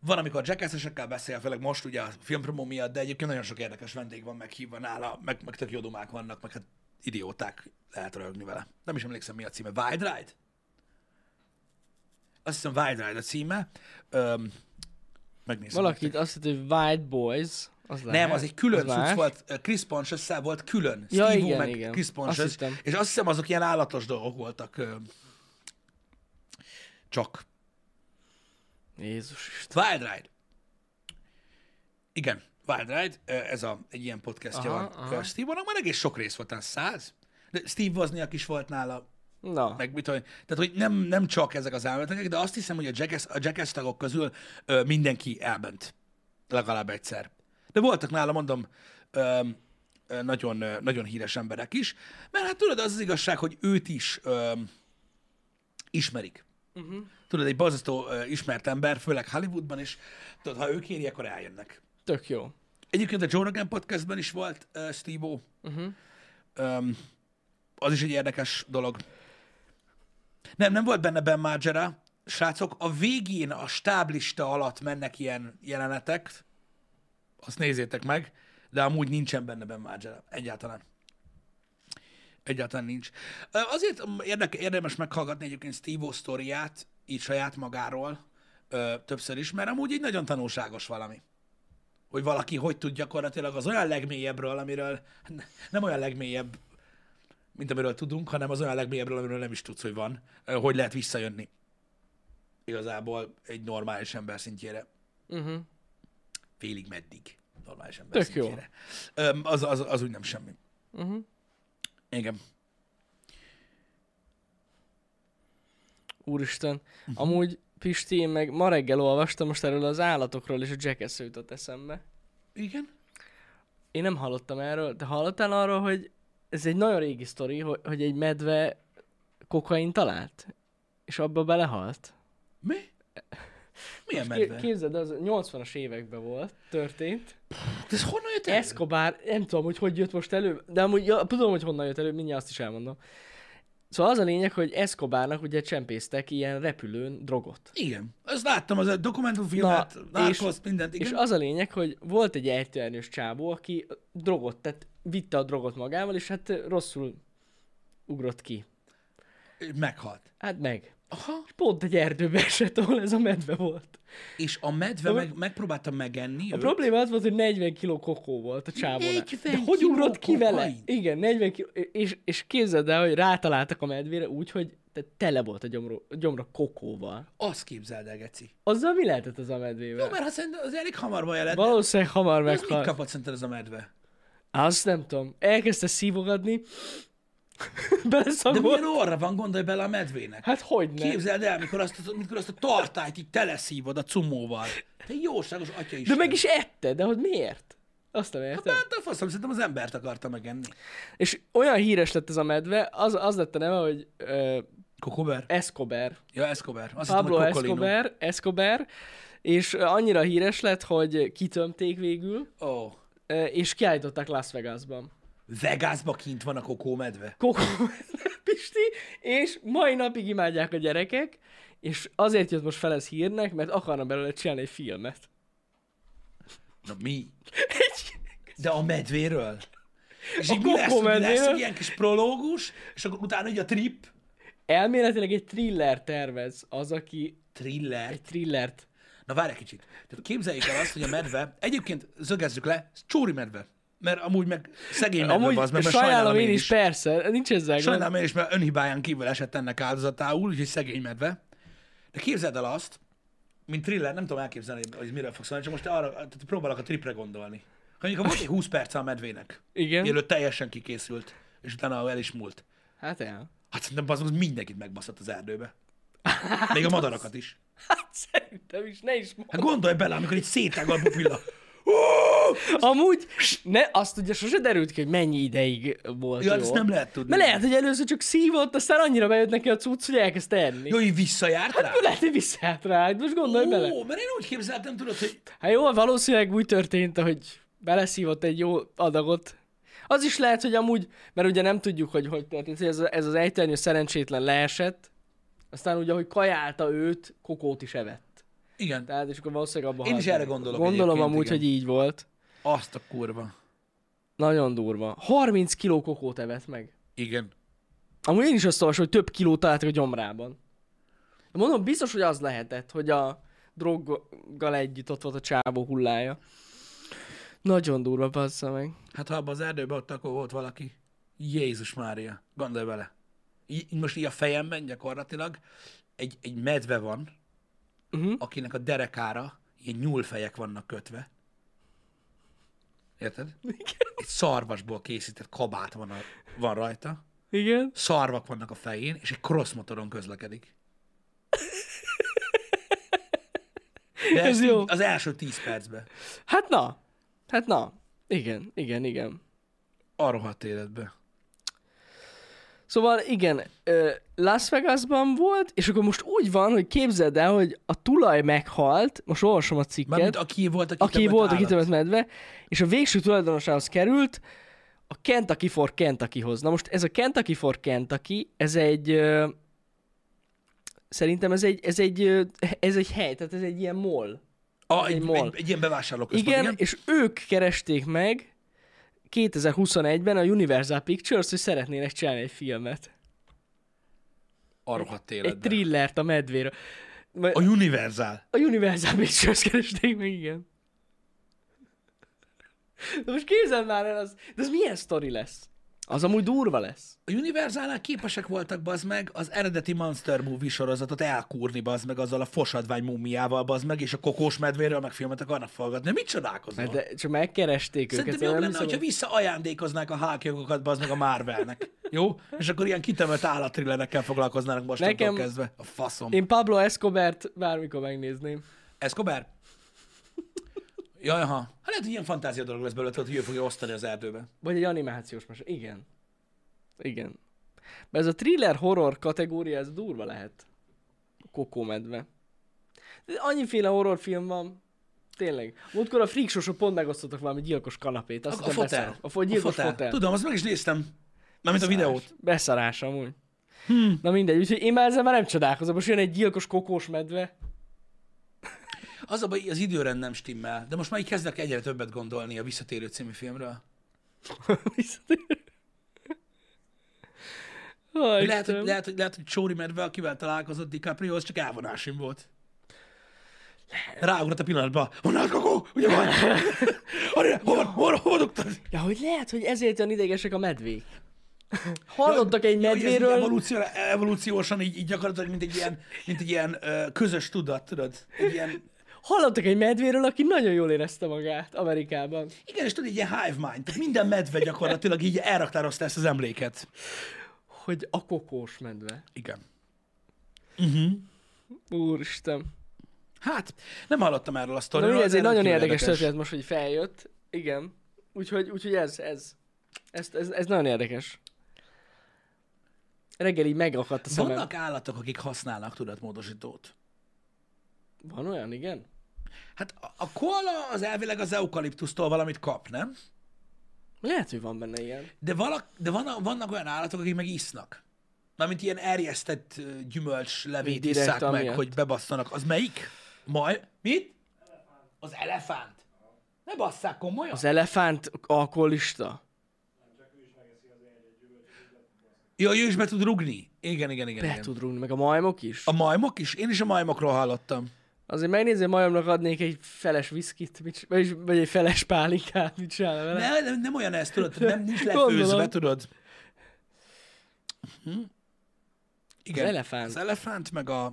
van, amikor jackassesekkel beszél, főleg most ugye a filmpromó miatt, de egyébként nagyon sok érdekes vendég van meghívva nála, meg, meg tök jó dumák vannak, meg hát idióták lehet röhögni vele. Nem is emlékszem, mi a címe. Wide Ride? Azt hiszem Wide Ride a címe. Öm, megnézem. valakit azt hitt, hogy White Boys, az lehet. Nem, az egy külön cucc más. volt, Chris ponchos volt külön. Ja, Steve-O igen, meg igen. Chris Azt Ponchos. hittem. és azt hiszem, azok ilyen állatos dolgok voltak. ö, Csak. Jézus Isten. Wild Ride. Igen, Wild Ride, ö, ez a, egy ilyen podcastja Aha, van. aha. Aha. Steve van, már egész sok rész volt, talán száz. De Steve Wozniak is volt nála, Na, meg mit tudom én. Tehát, hogy nem, nem csak ezek az elméletek, de azt hiszem, hogy a Jackass, a Jackass tagok közül ö, mindenki elment. Legalább egyszer. De voltak nála, mondom, ö, ö, nagyon, ö, nagyon híres emberek is, mert hát tudod, az az igazság, hogy őt is ö, ismerik. Uh-huh. Tudod, egy bazasztó ö, ismert ember, főleg Hollywoodban, és tudod, ha ő kéri, akkor eljönnek. tök jó. Egyébként a Joe Rogan podcastben is volt uh, steve uh-huh. um, Az is egy érdekes dolog. Nem, nem volt benne Ben Margera. Srácok, a végén a stáblista alatt mennek ilyen jelenetek. Azt nézzétek meg. De amúgy nincsen benne Ben Margera. Egyáltalán. Egyáltalán nincs. Ö, Azért érdeke, érdemes meghallgatni egyébként Steve-O sztoriát, így saját magáról ö, többször is, mert amúgy egy nagyon tanulságos valami hogy valaki hogy tud gyakorlatilag az olyan legmélyebbről, amiről ne- nem olyan legmélyebb, mint amiről tudunk, hanem az olyan legmélyebbről, amiről nem is tudsz, hogy van, ö, hogy lehet visszajönni igazából egy normális ember szintjére. Uh-huh. Félig meddig normális ember Tök jó. szintjére. Öm, Az, az, az úgy nem semmi. Uh-huh. Igen. Úristen. Amúgy, Pisti, én meg ma reggel olvastam most erről az állatokról, és a jackass jutott eszembe. Igen? Én nem hallottam erről, de hallottál arról, hogy ez egy nagyon régi sztori, hogy, hogy egy medve kokain talált, és abba belehalt. Mi? Milyen Ki- medve? Képzeld, az 80-as években volt, történt. Hát Ez honnan jött el? Escobar, nem tudom, hogy hogy jött most elő, de amúgy ja, tudom, hogy honnan jött elő, mindjárt azt is elmondom. Szóval az a lényeg, hogy Escobarnak ugye csempésztek ilyen repülőn drogot. Igen. Azt láttam, az a dokumentumfilmet, Na, és- Narcos, mindent. Igen. És az a lényeg, hogy volt egy ejtőernyős csávó, aki drogot, tehát vitte a drogot magával, és hát rosszul ugrott ki. Meghalt. Hát meg. Aha. És pont egy erdőbe esett, ahol ez a medve volt. És a medve meg, megpróbálta megenni A őt. probléma az volt, hogy 40 kiló kokó volt a csávónál. 40 De hogy kiló ugrott ki vele? kokain? Igen, 40 kiló. És, és képzeld el, hogy rátaláltak a medvére úgy, hogy te- tele volt a gyomra, a gyomra kokóval. Azt képzeld el, Geci. Azzal mi lehetett az a Jó, medvével? mert ha szerintem az elég hamar baj lett. Valószínűleg hamar Ez mit meghalt. kapott szerinted ez a medve? Azt nem tudom. Elkezdte szívogatni. De Beleszagolt. milyen orra van, gondolj bele a medvének. Hát hogy ne? Képzeld el, mikor azt, mikor azt a tartályt így teleszívod a cumóval. Te jóságos atya is. De meg is ette, de hogy miért? Azt nem értem. Hát a faszom, szerintem az embert akarta megenni. És olyan híres lett ez a medve, az, az lett a neve, hogy ö, Kokober? Escobar. Ja, Escobar. Azt Pablo hittem, hogy Kokolino. Escobar, Escobar, és annyira híres lett, hogy kitömték végül, Ó. Oh. ö, és kiállították Las Vegasban. Vegasba kint van a kokó medve. Kokó Pisti, és mai napig imádják a gyerekek, és azért jött most fel ez hírnek, mert akarna belőle csinálni egy filmet. Na mi? Egy... De a medvéről? És A így mi lesz, kokó hogy lesz medvéről? egy ilyen kis prológus, és akkor utána egy a trip, Elméletileg egy thriller tervez az, aki thriller, egy thrillert. Na várj egy kicsit. Tehát képzeljék el azt, hogy a medve, egyébként zögezzük le, ez csóri medve. Mert amúgy meg szegény medve Amúgy az, meg, mert sajnálom én is, persze, nincs ezzel gond. Sajnálom én is, mert önhibáján kívül esett ennek áldozatául, úgyhogy szegény medve. De képzeld el azt, mint thriller, nem tudom elképzelni, hogy miről fogsz szólni, csak most arra, tehát próbálok a tripre gondolni. Mondjuk, ha volt egy 20 perc a medvének, Igen, mielőtt teljesen kikészült, és utána el is múlt. hát el. Hát szerintem az mindenkit megbaszott az erdőbe. Még a madarakat is. Hát szerintem is, ne is Hát gondolj bele, amikor itt szétágol a pupilla. Amúgy, ne, azt ugye sose derült ki, hogy mennyi ideig volt Ja, jó. hát ezt nem lehet tudni. Mert lehet, hogy először csak szívott, aztán annyira bejött neki a cucc, hogy elkezdte enni. Jó, Jó, így visszajárt rá? lehet, hogy visszállt rá, hát most Hát gondolj bele. Ó, mert én úgy képzeltem, tudod, hogy Hát jó, valószínűleg úgy történt, hogy beleszívott egy jó adagot. Az is lehet, hogy amúgy, mert ugye nem tudjuk, hogy hogy történt, hogy ez, a- ez az ejtelnyő szerencsétlen leesett, aztán ugye, ahogy kajálta őt, kokót is evett. igen, Tehát, és akkor valószínűleg abban Én is halt meg. erre gondolok Gondolom egyébként, amúgy, igen. hogy így volt. azt a kurva. Nagyon durva. 30 kiló kokót evett meg. Igen. Amúgy én is azt olvasom, hogy több kilót találtak a gyomrában. De mondom, biztos, hogy az lehetett, hogy a droggal együtt ott volt a csávó hullája. Nagyon durva, bassza meg. Hát ha abban az erdőben ott akkor volt valaki. Jézus Mária, gondolj bele. Így, most így a fejemben gyakorlatilag egy, egy medve van, Mhm. akinek a derekára ilyen nyúlfejek vannak kötve. Érted? Igen. Egy szarvasból készített kabát van, a, van rajta, Igen. szarvak vannak a fején, és egy crossmotoron közlekedik. De Ez ezt jó. így Az első 10 percben. Hát na. Hát na. Igen, igen, igen. A rohadt életbe. Szóval igen, ö, Las Vegasban volt, és akkor most úgy van, hogy képzeld el, hogy a tulaj meghalt, most olvasom a cikket, Mármint aki volt, aki, aki volt a kitömött medve, és a végső tulajdonosához került a Kentucky for Kentuckyhoz. Na most ez a Kentucky for Kentucky, ez egy ö, szerintem ez egy, ez egy, ö, ez egy hely, tehát ez egy ilyen mall. A, egy egy, mol. egy, egy, ilyen bevásárlóközpont, Igen, igen. igen, és ők keresték meg 2021-ben a Universal Pictures, hogy szeretnének csinálni egy filmet. A rohadt Egy életbe. thrillert a medvéről. Vagy A Universal. A Universal Pictures keresték meg, igen. De most képzeld már el, az, de ez milyen sztori lesz? Az amúgy durva lesz. A Universalnál képesek voltak, bazd meg, az eredeti Monster Movie sorozatot elkúrni, bazd meg, azzal a fosadvány múmiával, bazd meg, és a kokós medvéről meg filmet akarnak forgatni. Mit csodálkozol? De De csak megkeresték Szerintem őket. jobb én lenne, hiszem, hogyha hogy- visszaajándékoznák a hákjogokat, bazd meg a Marvelnek. Jó? És akkor ilyen kitömött állatrillenekkel foglalkoznának most Nekem- Nekem... kezdve. A faszom. Én... Én Pablo Escobert bármikor megnézném. Escobar? Jaj, ha. Hát lehet, hogy ilyen fantázia dolog lesz belőle, tudod, hogy ő fogja osztani az erdőbe. Vagy egy animációs mese. Igen. Igen. De ez a thriller-horror kategória, ez durva lehet. A kokómedve. De annyiféle horrorfilm van. Tényleg. Múltkor a freak show pont megosztottak valami gyilkos kanapét. Azt A, a hittem fotel. beszar. A, fo- gyilkos fotel. Tudom, azt meg is néztem. Mármint a videót. Beszarás amúgy. Hmm. Na mindegy, úgyhogy én már ezzel már nem csodálkozom. Most jön egy gyilkos kokós medve. Az a baj, az időrend nem stimmel, de most már így kezdek egyre többet gondolni a Visszatérő című filmről. Visszatér. Aj, Lehet, Istenem. hogy, lehet, hogy, lehet, hogy Csóri medve, akivel találkozott DiCaprio, az csak elvonásim volt. Ráugrott a pillanatba. Honnan kokó? Ugye van? Arra, hova, hova, hova dugtad? Ja, hogy lehet, hogy ezért olyan idegesek a medvék. Hallottak egy Jó, hogy ez így medvéről. Evolúció, evolúciósan így, így gyakorlatilag, mint egy ilyen, mint egy ilyen ö, közös tudat, tudod? Egy ilyen, Hallottak egy medvéről, aki nagyon jól érezte magát Amerikában. igen, és tudod, egy ilyen hive mind. Tehát minden medve gyakorlatilag így elraktározta ezt az emléket. Hogy a kokós medve. Igen. Úristen. Hát, nem hallottam erről a Na, sztoriról. mindegy, ez de egy nagyon rendkívül érdekes, történet most, hogy feljött. Igen. Úgyhogy, úgyhogy ez, ez. Ez, ez, ez nagyon érdekes. Reggel így megakadt a szemem. Vannak állatok, akik használnak tudatmódosítót. Van olyan, igen? Hát a- a koala az elvileg az eukaliptusztól valamit kap, nem? Lehet, hogy van benne ilyen. De, valak, de van, vannak olyan állatok, akik meg isznak. Mármint ilyen erjesztett ö, gyümölcs levét Direkt isszák meg, amiatt. hogy bebasszanak. Az melyik? Majd. Mit? Az elefánt. Ne basszák komolyan. Az elefánt alkoholista? Ja, ő is be tud rugni. Igen, igen, igen. Be igen. tud rúgni, meg a majmok is. A majmok is? Én is a majmokról hallottam. Azért megnézni, majomnak adnék egy feles viszkit, mit, c- vagyis, vagy egy feles pálinkát, mit csinálna vele. Ne, nem, nem olyan ez, tudod, nem, nincs lefőzve, Gondolom. tudod. Mhm. Igen. elefánt. Az elefánt, meg a...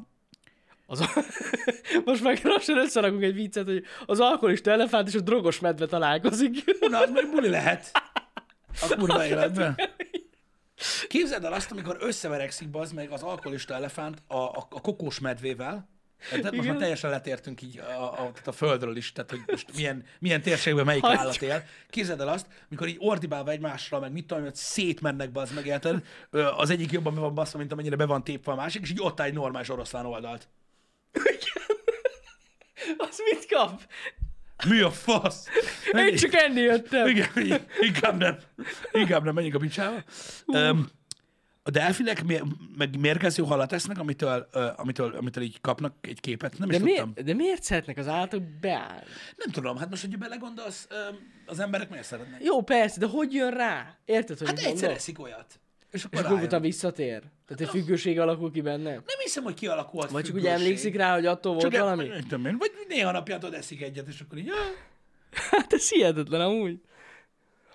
Az... Most meg lassan összerakunk egy viccet, hogy az alkoholista elefánt és a drogos medve találkozik. Na, az majd buli lehet. A kurva életben. Képzeld el azt, amikor összeverekszik bazd meg az alkoholista elefánt a, a, a kokós medvével, tehát most Igen. már teljesen letértünk így a, a, tehát a földről is, tehát hogy most milyen, milyen térségben melyik Hagyjuk. állat él. Képzeld el azt, mikor így ordibálva egymásra, meg mit tudom, hogy szétmennek be az meg, érted? Ö, Az egyik jobban be van baszva, mint amennyire be van tépve a másik, és így ott áll egy normális oroszlán oldalt. Az mit kap? Mi a fasz? Én csak enni jöttem. Igen, így- inkább nem. Inkább nem, menjünk a picsába. Um, a delfinek mi- meg mérgező halat esznek, amitől, uh, amitől, amitől így kapnak egy képet. Nem is De, tudtam. miért, de miért szeretnek az állatok beállni? Nem tudom, hát most, hogyha belegondolsz, um, az emberek miért szeretnek? Jó, persze, de hogy jön rá? Érted, hogy Hát mit egyszer mondok? eszik olyat. És És akkor akkor rájön. utána visszatér. Tehát egy függőség alakul ki benne. Nem hiszem, hogy kialakult Vagy csak úgy függőség. emlékszik rá, hogy attól volt Csak e- el- valami? Nem tudom én. Vagy néha napjától eszik egyet, és akkor így... ah, Hát ez hihetetlen amúgy.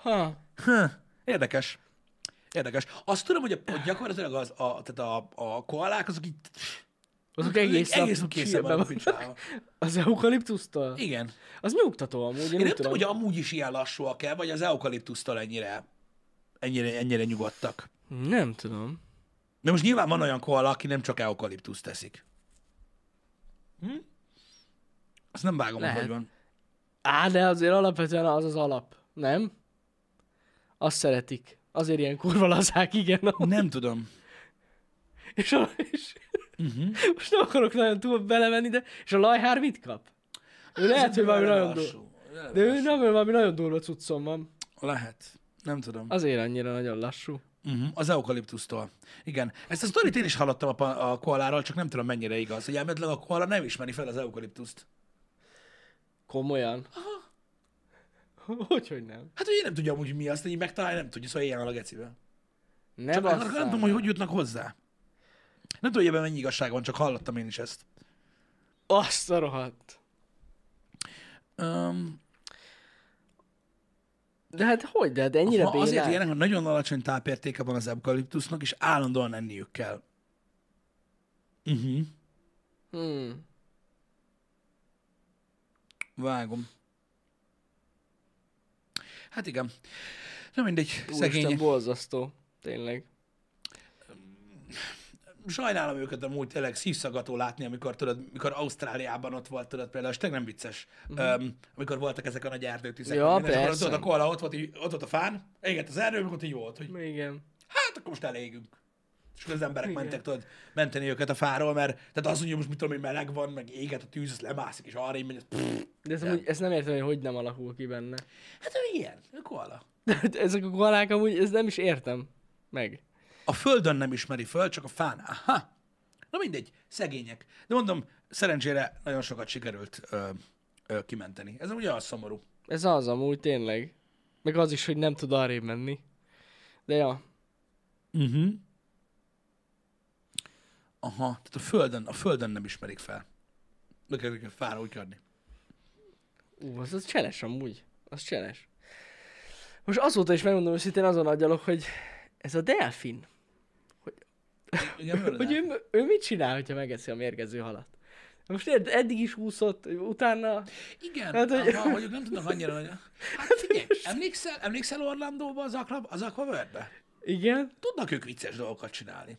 Ha. Huh, érdekes. Érdekes. Azt tudom, hogy a, hogy gyakorlatilag az, a, tehát a, a koalák azok így Azok egész nap Hát, egész nap készen csillben vannak vannak. picsába. Az eukaliptusztal? Igen. Az nyugtató amúgy, én, Én úgy nem tudom. tudom, hogy amúgy is ilyen lassúak-e, vagy az eukaliptusztal ennyire, ennyire, ennyire nyugodtak. Nem tudom. De most nyilván van olyan koala, aki nem csak eukaliptusz teszik. Hm? Azt nem vágom, Lehet. Lehet. hogy van. Á, de azért alapvetően az az alap, nem? Azt szeretik. Azért ilyen kurva lazák, igen. Nem tudom. És, a, és Mhm. uh-huh. most nem akarok nagyon túl belemenni, de és a lajhár mit kap? Ő lehet, hogy valami nagyon durva. lassú. De ő nem, ő valami nagyon durva cuccom van. Lehet. Nem tudom. Azért annyira nagyon lassú. Uh-huh. Az eukaliptusztól. Igen. Ezt a sztorit én is hallottam a, pa- a koaláról, csak nem tudom mennyire igaz, hogy elméletileg a koala nem ismeri fel az eukaliptuszt. Komolyan. Hogy, hogy nem? Hát, hogy én nem tudja amúgy mi azt, így megtalálja, nem tudja, szóval ilyen a gecibe. Ne Csak hát nem, nem basszál. tudom, hogy hogy jutnak hozzá. Nem tudom, hogy ebben mennyi igazság van, csak hallottam én is ezt. Azt a rohadt. Um, De hát hogy, de, de ennyire ma bénák? azért ilyenek, hogy nagyon alacsony tápértéke van az eukaliptusznak, és állandóan enniük kell. Uh-huh. Hmm. Vágom. Hát igen. Na mindegy, Úristen, szegény. borzasztó. Tényleg. Sajnálom őket amúgy tényleg szívszagató látni, amikor tudod, mikor Ausztráliában ott volt, tudod például, és tényleg nem vicces, uh-huh. um, amikor voltak ezek a nagy erdőtüzek. Mhm. Ja, meg minden, és akkor persze. Tudod, a koala ott volt, így, ott volt a fán, égett az erdő, amikor így volt, hogy Igen. hát akkor most elégünk. És akkor az emberek Igen. mentek, tudod, menteni őket a fáról, mert tehát az, hogy most mit tudom, hogy meleg van, meg éget a tűz, az lemászik, és arra így megy, az... pff. De ez amúgy, ezt nem értem, hogy hogy nem alakul ki benne. Hát ő ilyen, ő koala. De hát ezek a koalák amúgy, ez nem is értem. Meg. A földön nem ismeri föl, csak a fán. Aha. Na mindegy, szegények. De mondom, szerencsére nagyon sokat sikerült ö, ö, kimenteni. Ez ugye az szomorú. Ez az amúgy, tényleg. Meg az is, hogy nem tud arrébb menni. De ja. Uh-huh. Aha, tehát a földön, a földön nem ismerik fel. Meg kell őket fára úgy adni. Ú, az, az cseles amúgy. Az cseles. Most azóta is megmondom őszintén azon agyalok, hogy ez a delfin. Igen, miről Hogy lehet? ő, ő mit csinál, hogyha megeszi a mérgező halat? Most érted, eddig is úszott, utána... Hát, Igen, hát, hogy- hogy... aha, mondjuk nem tudnak annyira, hogy... Hát figyelj, emlékszel, emlékszel Orlandóba az, Aqua, az Aquaverde? Igen? Tudnak ők vicces dolgokat csinálni.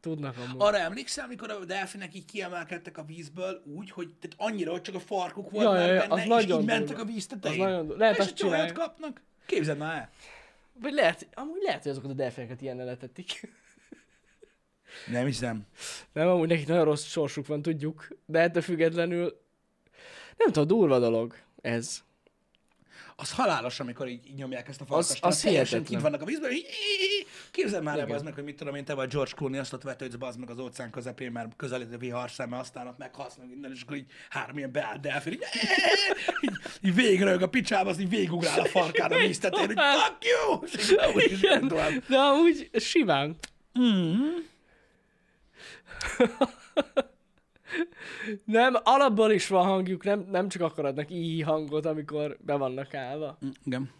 Tudnak amúgy. Arra emlékszel, amikor a delfinek így kiemelkedtek a vízből úgy, hogy tehát annyira, hogy csak a farkuk volt Ja, ja, ja, ja, benne, az és nagyon így mentek a durva. víz Az tetején. nagyon... Lehet és azt hogyha olyat csinálni. kapnak, képzeld már el. Vagy lehet, amúgy lehet, hogy azokat a delfineket ilyen letették. Nem hiszem. Nem, amúgy nekik nagyon rossz sorsuk van, tudjuk. De ettől függetlenül... Nem tudom, durva dolog ez. Az halálos, amikor így, így nyomják ezt a farkast. Az- tehát az teljesen hihetetlen. kint vannak a vízben, így, így- így. képzeld már el, Igen. az meg, hogy mit tudom én, te vagy George Clooney, azt ott vetődsz, bazd meg az óceán közepén, mert közelít a vihar szeme, aztán ott meghalsz meg innen, és akkor így három ilyen beállt delfin, így, így, így végrög a picsába, az így végugrál a farkán a víz tetején, hogy tovább. fuck you! És így, ahogy is Igen, tovább. Mm, de amúgy simán. Mm-hmm. Nem, alapból is van hangjuk, nem, nem csak akkor adnak így hangot, amikor be vannak állva. Igen.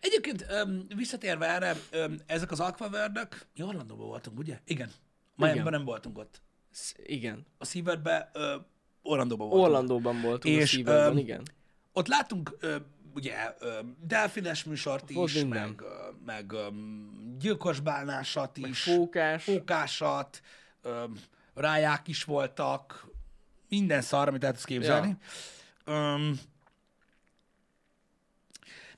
Egyébként öm, visszatérve erre, öm, ezek az Aquaverdök, mi Orlandóban voltunk, ugye? Igen. Miami-ban nem voltunk ott. Sz- Igen. A Seabirdben, ö, Orlandóban voltunk. Orlandóban voltunk, és, És, a Seaworldban, öm, igen. Ott látunk, ö, ugye, ö, delfines műsort Volt is, minden. meg, ö, meg ö, gyilkos bálnásat is, Fókás. fókásat, ö, ráják is voltak, minden szar, amit el tudsz képzelni. Ja. Öm,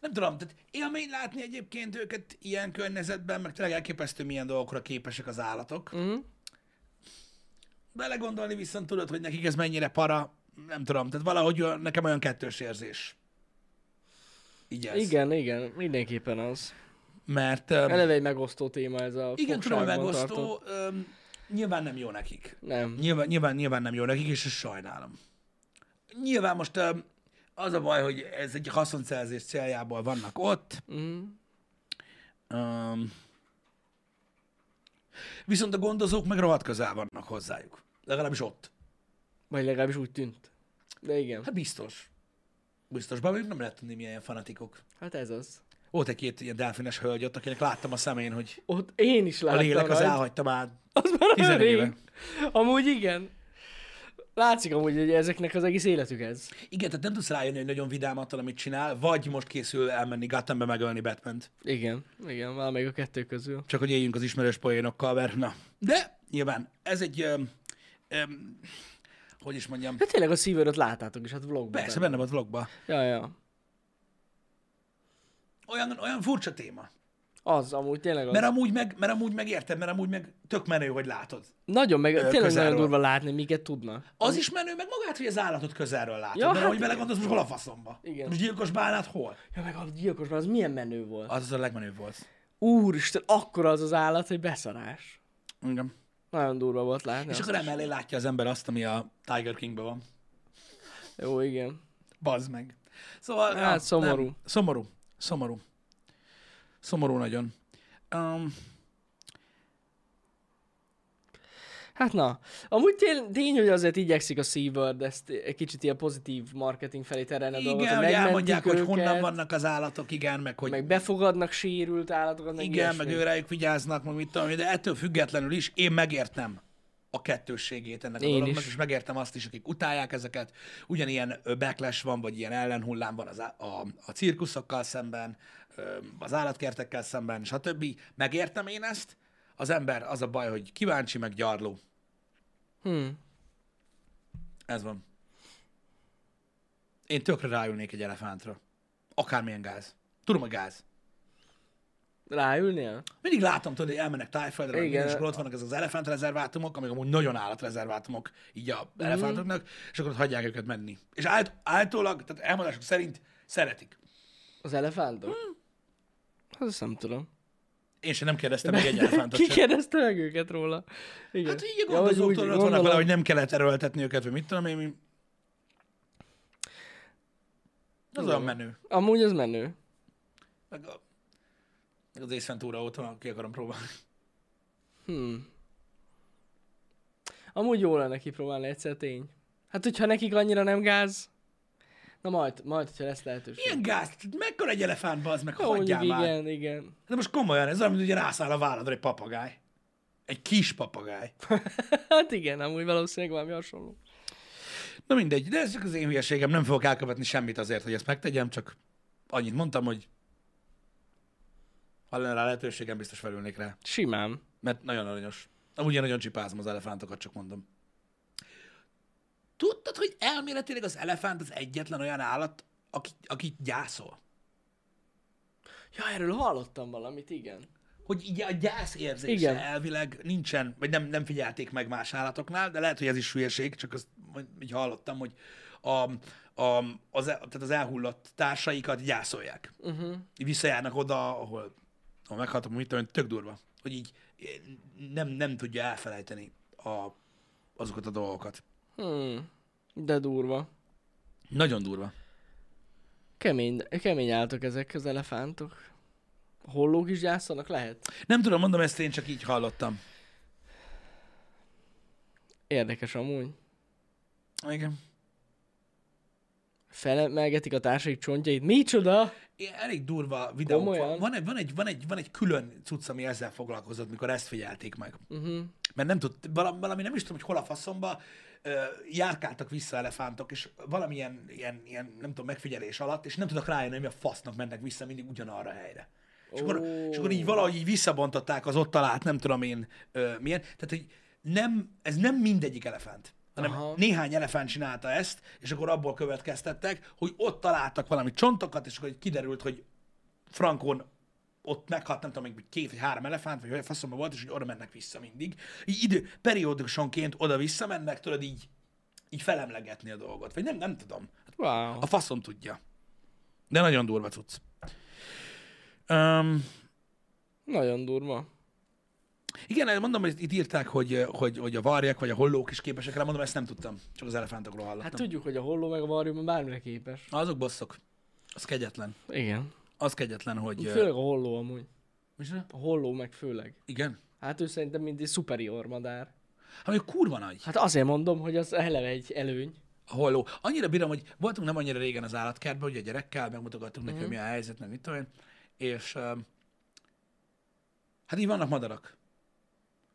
nem tudom, tehát élmény látni egyébként őket ilyen környezetben, meg tényleg elképesztő, milyen dolgokra képesek az állatok. Mhm. Mm. Belegondolni viszont tudod, hogy nekik ez mennyire para, nem tudom, tehát valahogy olyan- nekem olyan kettős érzés. Így ez. Igen, igen, mindenképpen az. Mert öm, Eleve egy megosztó téma ez a igen, tudom, hogy fogságban tartott. megosztó, öm, nyilván nem jó nekik. Nem. Nyilván, nyilván, nyilván nem jó nekik, és ezt sajnálom. Nyilván most öm, az a baj, hogy ez egy haszonszerzés céljából vannak ott. Mm. Öm, viszont a gondozók meg rohadt közel vannak hozzájuk. Legalábbis ott. Vagy legalábbis úgy tűnt. De igen, Hát biztos. Biztos, bár még nem lehet tudni, milyen fanatikok. hát ez az. Volt egy-két ilyen delfines hölgy ott, akinek láttam a szemén, hogy Ott én is a láttam lélek az rajta. elhagyta már Az már 11 rég. éve. Amúgy igen. Látszik amúgy, hogy ezeknek az egész életük ez. Igen, tehát nem tudsz rájönni, hogy nagyon vidám attól, amit csinál, vagy most készül elmenni Gothambe megölni batman Igen, igen, valamelyik a kettő közül. Csak hogy éljünk az ismerős poénokkal, mert na. De nyilván ez egy, öm, öm, hogy is mondjam, Hát tényleg a szívőröt láttátok is, hát vlogban. persze benne volt vlogba. Ja, ja. Olyan, olyan furcsa téma. Az amúgy tényleg az. Mert amúgy, meg, mert amúgy meg érted, mert amúgy meg tök menő, hogy látod. Nagyon meg, tényleg közelről. nagyon durva látni, miket tudnak. Az is menő, meg magát, hogy az állatot közelről látod. Ja, Ja, mert hát hát igen. ahogy belegondolsz, most hol a faszomba? Igen. Most gyilkos bánát hol? Ja, meg a gyilkos az milyen menő volt. Az az a legmenőbb volt. Úristen, akkora az az állat, hogy beszarás. Igen. Nagyon durva volt látni. És azt akkor is. emellé látja az ember azt, ami a Tiger Kingben van. e- Jó, igen. Bazd meg. Szóval... Hát, szomorú. Nem, szomorú. Szomorú. Szomorú nagyon. Um, Hát na, amúgy tény, tény hogy azért igyekszik a SeaWorld ezt egy kicsit ilyen pozitív marketing felé terelni a dolgot, igen, hogy megmentik elmondják, hogy honnan őket, vannak az állatok, igen, meg hogy meg befogadnak sérült állatokat, meg igen, meg ilyesmi. őrájuk vigyáznak, meg mit tudom, én, de ettől függetlenül is én megértem a kettősségét ennek Én a dolognak, is. és megértem azt is, akik utálják ezeket. Ugyanilyen ö, backlash van, vagy ilyen ellenhullám van az, á- a, a cirkuszokkal szemben, ö, az állatkertekkel szemben, stb. Megértem én ezt. Az ember az a baj, hogy kíváncsi, meg gyarló. Hm. Ez van. Én tökre ráülnék egy elefántra. Akármilyen gáz. Tudom, a gáz. Ráülnél? Mindig látom, tudod, hogy elmennek Tájföldre, meg Igen. minden, és akkor ott vannak ezek az elefántrezervátumok, amik amúgy nagyon állatrezervátumok, így a Mhm. elefántoknak, és akkor ott hagyják őket menni. És állt, általában, tehát elmondások szerint szeretik. Az elefántok? Hát azt nem tudom. Én sem nem kérdeztem meg egy elefántot Ki sem. kérdezte meg őket róla? Igen. Hát így a Ja, vagy úgy, gondozóktól ott vannak gondolom. vele, hogy nem kellett erőltetni őket, vagy mit tudom én. mi. Az olyan menő. Amúgy az menő. Meg, a, meg az észventúra óta van, ki akarom próbálni. Hmm. Amúgy jó lenne kipróbálni egyszer tény. Hát, hogyha nekik annyira nem gáz, na majd, majd, hogyha lesz lehetőség. Milyen gáz? Mekkora egy elefánt, bazd meg, Jó, mondjuk hagyjál már. igen, igen. Hát De most komolyan, ez olyan, mint hogy rászáll a válladra egy papagáj. Egy kis papagáj. Hát igen, amúgy valószínűleg valami hasonló. Na mindegy, de ez csak az én hülyeségem, nem fogok elkövetni semmit azért, hogy ezt megtegyem, csak annyit mondtam, hogy ha lenne rá lehetőségem, biztos felülnék rá. Simán. Mert nagyon aranyos. Amúgy én nagyon csipázom az elefántokat, csak mondom. Tudtad, hogy elméletileg az elefánt az egyetlen olyan állat, aki, aki gyászol? Ja, erről hallottam valamit, igen. Hogy így a gyász érzése Igen. Igen. elvileg nincsen, vagy nem, nem figyelték meg más állatoknál, de lehet, hogy ez is hülyeség, csak azt majd így hallottam, hogy a, a, az, el- tehát az elhullott társaikat gyászolják. Uh-huh. Visszajárnak oda, ahol, ahol meghaltam, mit tudom, én, tök durva. Hogy így nem, nem tudja elfelejteni a, azokat a dolgokat. Hmm. De durva. Nagyon durva. Kemény, kemény álltok ezek az elefántok. A Hollók is gyászolnak, lehet? Nem tudom, mondom, ezt én csak így hallottam. Érdekes amúgy. Igen. Felemelgetik a társaik csontjait. Micsoda? Ilyen elég durva videók. Komolyan? Van, van, egy, van, egy, van, egy, van egy külön cucc, ami ezzel foglalkozott, mikor ezt figyelték meg. Uh-huh. Mert nem tud, valami, valami nem is tudom, hogy hol a faszomba ö, járkáltak vissza elefántok, és valamilyen ilyen, ilyen, nem tudom, megfigyelés alatt, és nem tudnak rájönni, hogy mi a fasznak mennek vissza mindig ugyanarra a helyre. És akkor, és akkor így valahogy így visszabontották az ott talált, nem tudom én ö, milyen. Tehát, hogy nem, ez nem mindegyik elefánt, hanem Aha. Aha. néhány elefánt csinálta ezt, és akkor abból következtettek, hogy ott találtak valami csontokat, és akkor így kiderült, hogy Frankon ott meghalt, nem tudom, még két vagy három elefánt, vagy olyan faszomba volt, és hogy oda mennek vissza mindig. Így idő, periódusonként oda-vissza mennek, tudod így, így felemlegetni a dolgot. Vagy nem, nem tudom. Wow. A faszom tudja. De nagyon durva cucc. Um, Nagyon durva. Hát igen, mondom, hogy itt írták, hogy, hogy, hogy a varjak vagy a hollók is képesek rá, mondom, ezt nem tudtam. Csak az elefántokról Hát hallottam. tudjuk, hogy a holló meg a varjúban bármire képes. Hát, Azok bosszok. Az kegyetlen. Igen. Az kegyetlen, hogy... ö, Főleg a holló amúgy. Micsoda? A holló meg főleg. Igen. Hát ő szerintem mindig superior madár. Hát még kurva nagy. Hát azért mondom, hogy az eleve egy előny. a holló. Annyira bírom, hogy voltunk nem annyira régen az állatkertben, ugye a gyerekkel, megmutogattuk neki, hogy mi a helyzet, meg mit tudom én, és öm, hát így vannak madarak.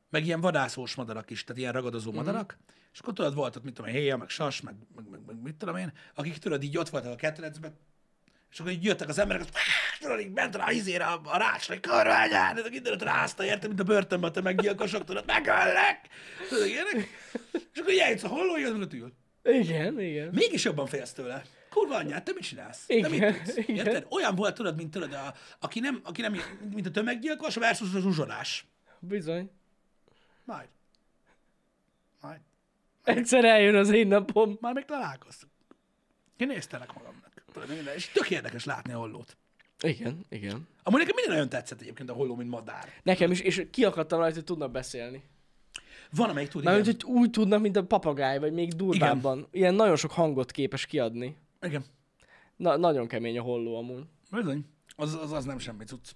meg ilyen vadászós madarak is, tehát ilyen ragadozó mm. madarak, és akkor tudod, volt ott, mit tudom én, héja, meg sas, meg, meg, meg, meg, mit tudom én, akik tudod, így ott voltak a ketrecben, és akkor így jöttek az emberek, és tudod, így ment rá izére a, a rácsra, egy kormányán, ezek mindenütt rázta, érted, mint a börtönben, te meggyilkosok, tudod, megöllek! Tudod, ilyenek. És akkor játsz a holló, jön, ott ül. Igen, igen. Mégis jobban félsz tőle. Kurva anyját, te mit csinálsz? te Igen, mit tudsz? igen. Érted? Olyan volt, tudod, mint tudod, a, aki, nem, aki nem, mint a tömeggyilkos versus az uzsonás. Bizony. Majd. Majd. Egyszer eljön az én napom. Már még találkoztunk. Én néztelek magamnak. Tudod, minden- És tök érdekes látni a hollót. Igen, igen. Amúgy nekem minden nagyon tetszett egyébként a holló, mint madár. Nekem is, és kiakadtam rajta, hogy tudnak beszélni. Van, amelyik tud, igen. Mármint, hogy úgy tudnak, mint a papagáj, vagy még durvábban. Igen. Ilyen nagyon sok hangot képes kiadni. igen. Na, nagyon kemény a holló amúgy. Bizony. Az, az, az nem semmi cucc.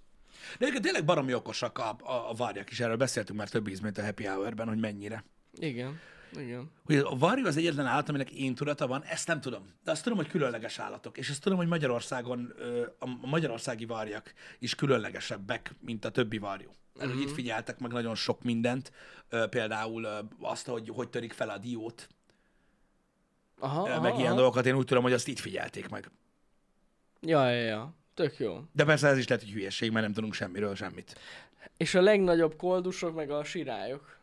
De egyébként tényleg baromi okosak a, a, a varjak is, erről beszéltünk már több ízmét a Happy Hour-ben, hogy mennyire. Igen, igen. Hogy a varjú az egyetlen állat, aminek én tudata van, ezt nem tudom. De azt tudom, hogy különleges állatok. És azt tudom, hogy Magyarországon ö, a a magyarországi varjak is különlegesebbek, mint a többi varjú. Mert hogy itt figyeltek meg nagyon sok mindent, ö, például ö, azt, hogy hogy törik fel a diót, Aha, ö, aha, meg ilyen aha. dolgokat, én úgy tudom, hogy azt itt figyelték meg. Ja, ja, ja. Tök jó. De persze ez is lehet, hogy hülyeség, mert nem tudunk semmiről semmit. És a legnagyobb koldusok, meg a sirályok.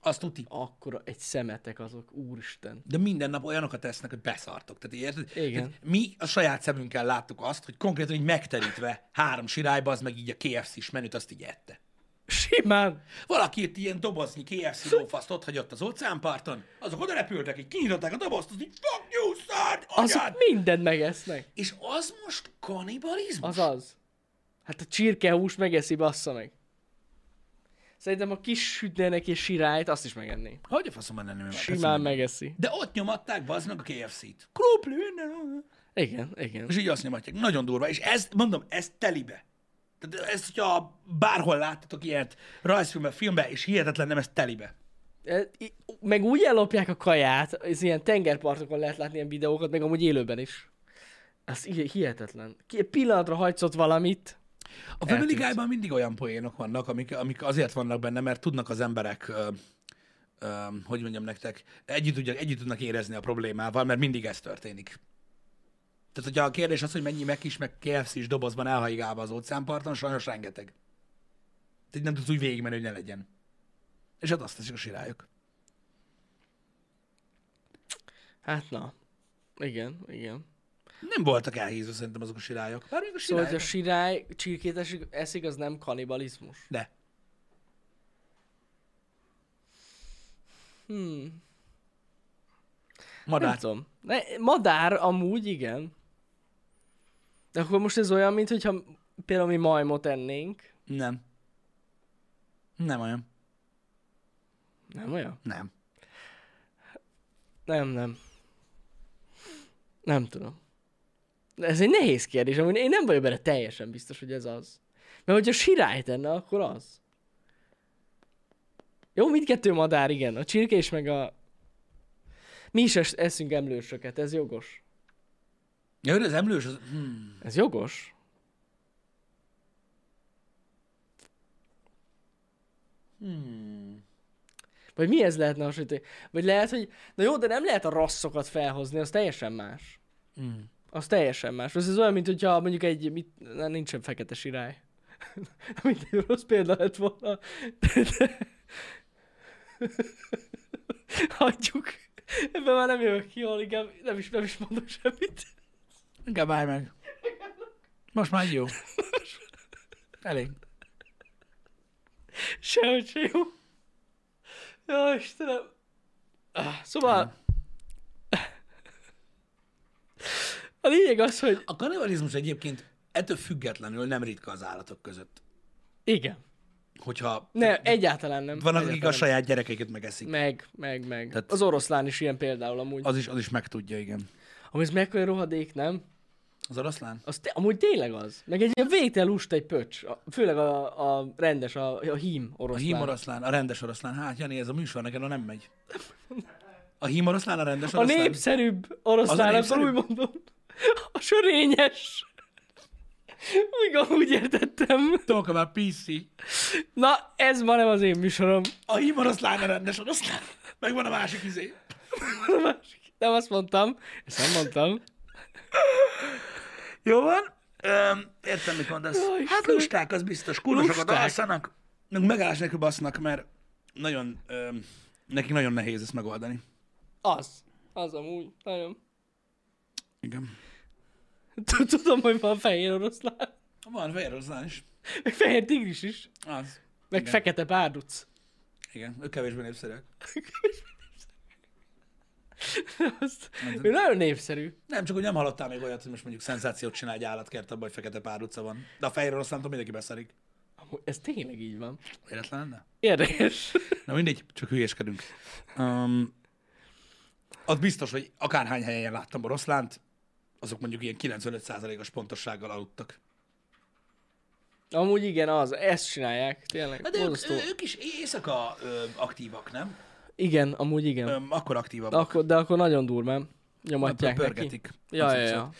Azt tuti. Akkora egy szemetek azok, úristen. de minden nap olyanokat tesznek, hogy beszartok. Tehát érted? Igen. Tehát mi a saját szemünkkel láttuk azt, hogy konkrétan így megterítve három sirályba, az meg így a KFC-s menüt azt így ette. Simán! Valaki itt ilyen doboznyi KFC lófaszt ott hagyott az óceánparton, azok oda repültek, így kinyitották a dobozt, az így fuck you, szart, Azok anyád! mindent megesznek. És az most kanibalizmus? Az az. Hát a csirkehús megeszi, bassza meg. Szerintem a kis sütnének és sirályt, azt is megenné. Hogy a faszom ennem meg? Simán megeszi. De ott nyomatták, bazd meg a KFC-t. Krupli, minden. Igen, igen. És így azt nyomatják. Nagyon durva. És ez, mondom, ez telibe. Tehát ezt, hogyha bárhol láttatok ilyet rajzfilmben, filmben, és hihetetlen nem, ez telibe. E, i- Meg úgy ellopják a kaját, ez ilyen tengerpartokon lehet látni ilyen videókat, meg amúgy élőben is. Ez hi- hihetetlen. Ki pillanatra hagysz ott valamit. A Family Eltűnt. Guy-ban mindig olyan poénok vannak, amik, amik azért vannak benne, mert tudnak az emberek, ö, ö, hogy mondjam nektek, együtt, tudják, együtt tudnak érezni a problémával, mert mindig ez történik. Tehát, hogyha a kérdés az, hogy mennyi meg is, meg KFC is dobozban elhaigálva az óceánparton, sajnos rengeteg. Tehát nem tudsz úgy végigmenni, hogy ne legyen. És hát azt teszik a sirályok. Hát na. Igen, igen. Nem voltak elhízva szerintem azok a sirályok. Bár még a Szóval, sirályok. hogy a sirály csirkét esik, eszik, az nem kanibalizmus. De. Hmm, nem Madár. tudom. Ne, madár amúgy, igen. De akkor most ez olyan, mint hogyha például mi majmot ennénk. Nem. Nem olyan. Nem olyan? Nem. Nem, nem. Nem tudom. De ez egy nehéz kérdés, amúgy én nem vagyok benne teljesen biztos, hogy ez az. Mert hogyha sirályt enne, akkor az. Jó, mindkettő madár, igen. A csirke és meg a... Mi is es- eszünk emlősöket, ez jogos. Ja, hogy az emlős az... Hmm. Ez jogos? Hmm. Vagy mi ez lehetne hasonlítani? Vagy lehet, hogy... Na jó, de nem lehet a rasszokat felhozni, az teljesen más. Hmm. Az teljesen más. Ez, ez olyan, mint hogyha mondjuk egy... Mit, na, nincsen fekete sirály. Mindegy, rossz példa lett volna. De, de... Hagyjuk. Ebben már nem jövök ki, hol inkább nem is, nem is mondok semmit. Inkább állj meg. Most már jó. Elég. Sehogy se jó. Jaj, Istenem. Ah, Szóval... A lényeg az, hogy A kanibalizmus egyébként ettől függetlenül nem ritka az állatok között. igen. Hogyha Ne, egyáltalán nem. vannak, akik a egyáltalán saját gyerekeiket megeszik. nem. Meg, meg, meg. Tehát- Tehát... Az oroszlán is ilyen például amúgy. Az is, az is megtudja, igen. Ami ez mekkora rohadék, nem? Az oroszlán? Az te, amúgy tényleg az. Meg egy ilyen végtelen lusta egy pöcs. A, főleg a, a rendes, a, a hím A oroszlán. hím oroszlán, a rendes oroszlán. Hát, Jani, ez a műsor nekem nem megy. A hím oroszlán, a rendes A oroszlán? népszerűbb oroszlán, Az a akkor úgy mondom. A sörényes. Úgy, úgy értettem. Talk about PC. Na, ez ma nem az én műsorom. A hím oroszlán a rendes oroszlán. Megvan a másik izé. A másik- Nem azt mondtam. Ezt nem mondtam. Jó van. Öm, értem, mit mondasz. Hát lusták, az biztos. Kurva sokat Lusták. alszanak. Meg megállás nélkül basznak, mert nagyon, öm, nekik nagyon nehéz ezt megoldani. Az. Az amúgy. Nagyon. Igen. Tudom, hogy van fehér oroszlán. Van fehér oroszlán is. Meg fehér tigris is. Az. Meg Igen. fekete párduc. Igen, ők kevésbé népszerűek. Azt, ő nagyon népszerű. Nem, csak hogy nem hallottál még olyat, hogy most mondjuk szenzációt csinál egy állatkert abban, hogy fekete pár utca van. De a fehér oroszlántól mindenki beszarik. Amúgy Ez tényleg így van. Véletlen lenne? Érdekes. Na mindegy, csak hülyéskedünk. Um, az biztos, hogy akárhány helyen láttam oroszlánt, azok mondjuk ilyen 95%-os pontossággal aludtak. Amúgy igen, az. Ezt csinálják. Tényleg. Hát ők, Borzasztó. ők is éjszaka ö, aktívak, nem? Igen, amúgy igen. Ö, akkor aktívabbak. De akkor, de akkor nagyon durván nyomatják neki. pörgetik. Ja, az ja, utcát. ja.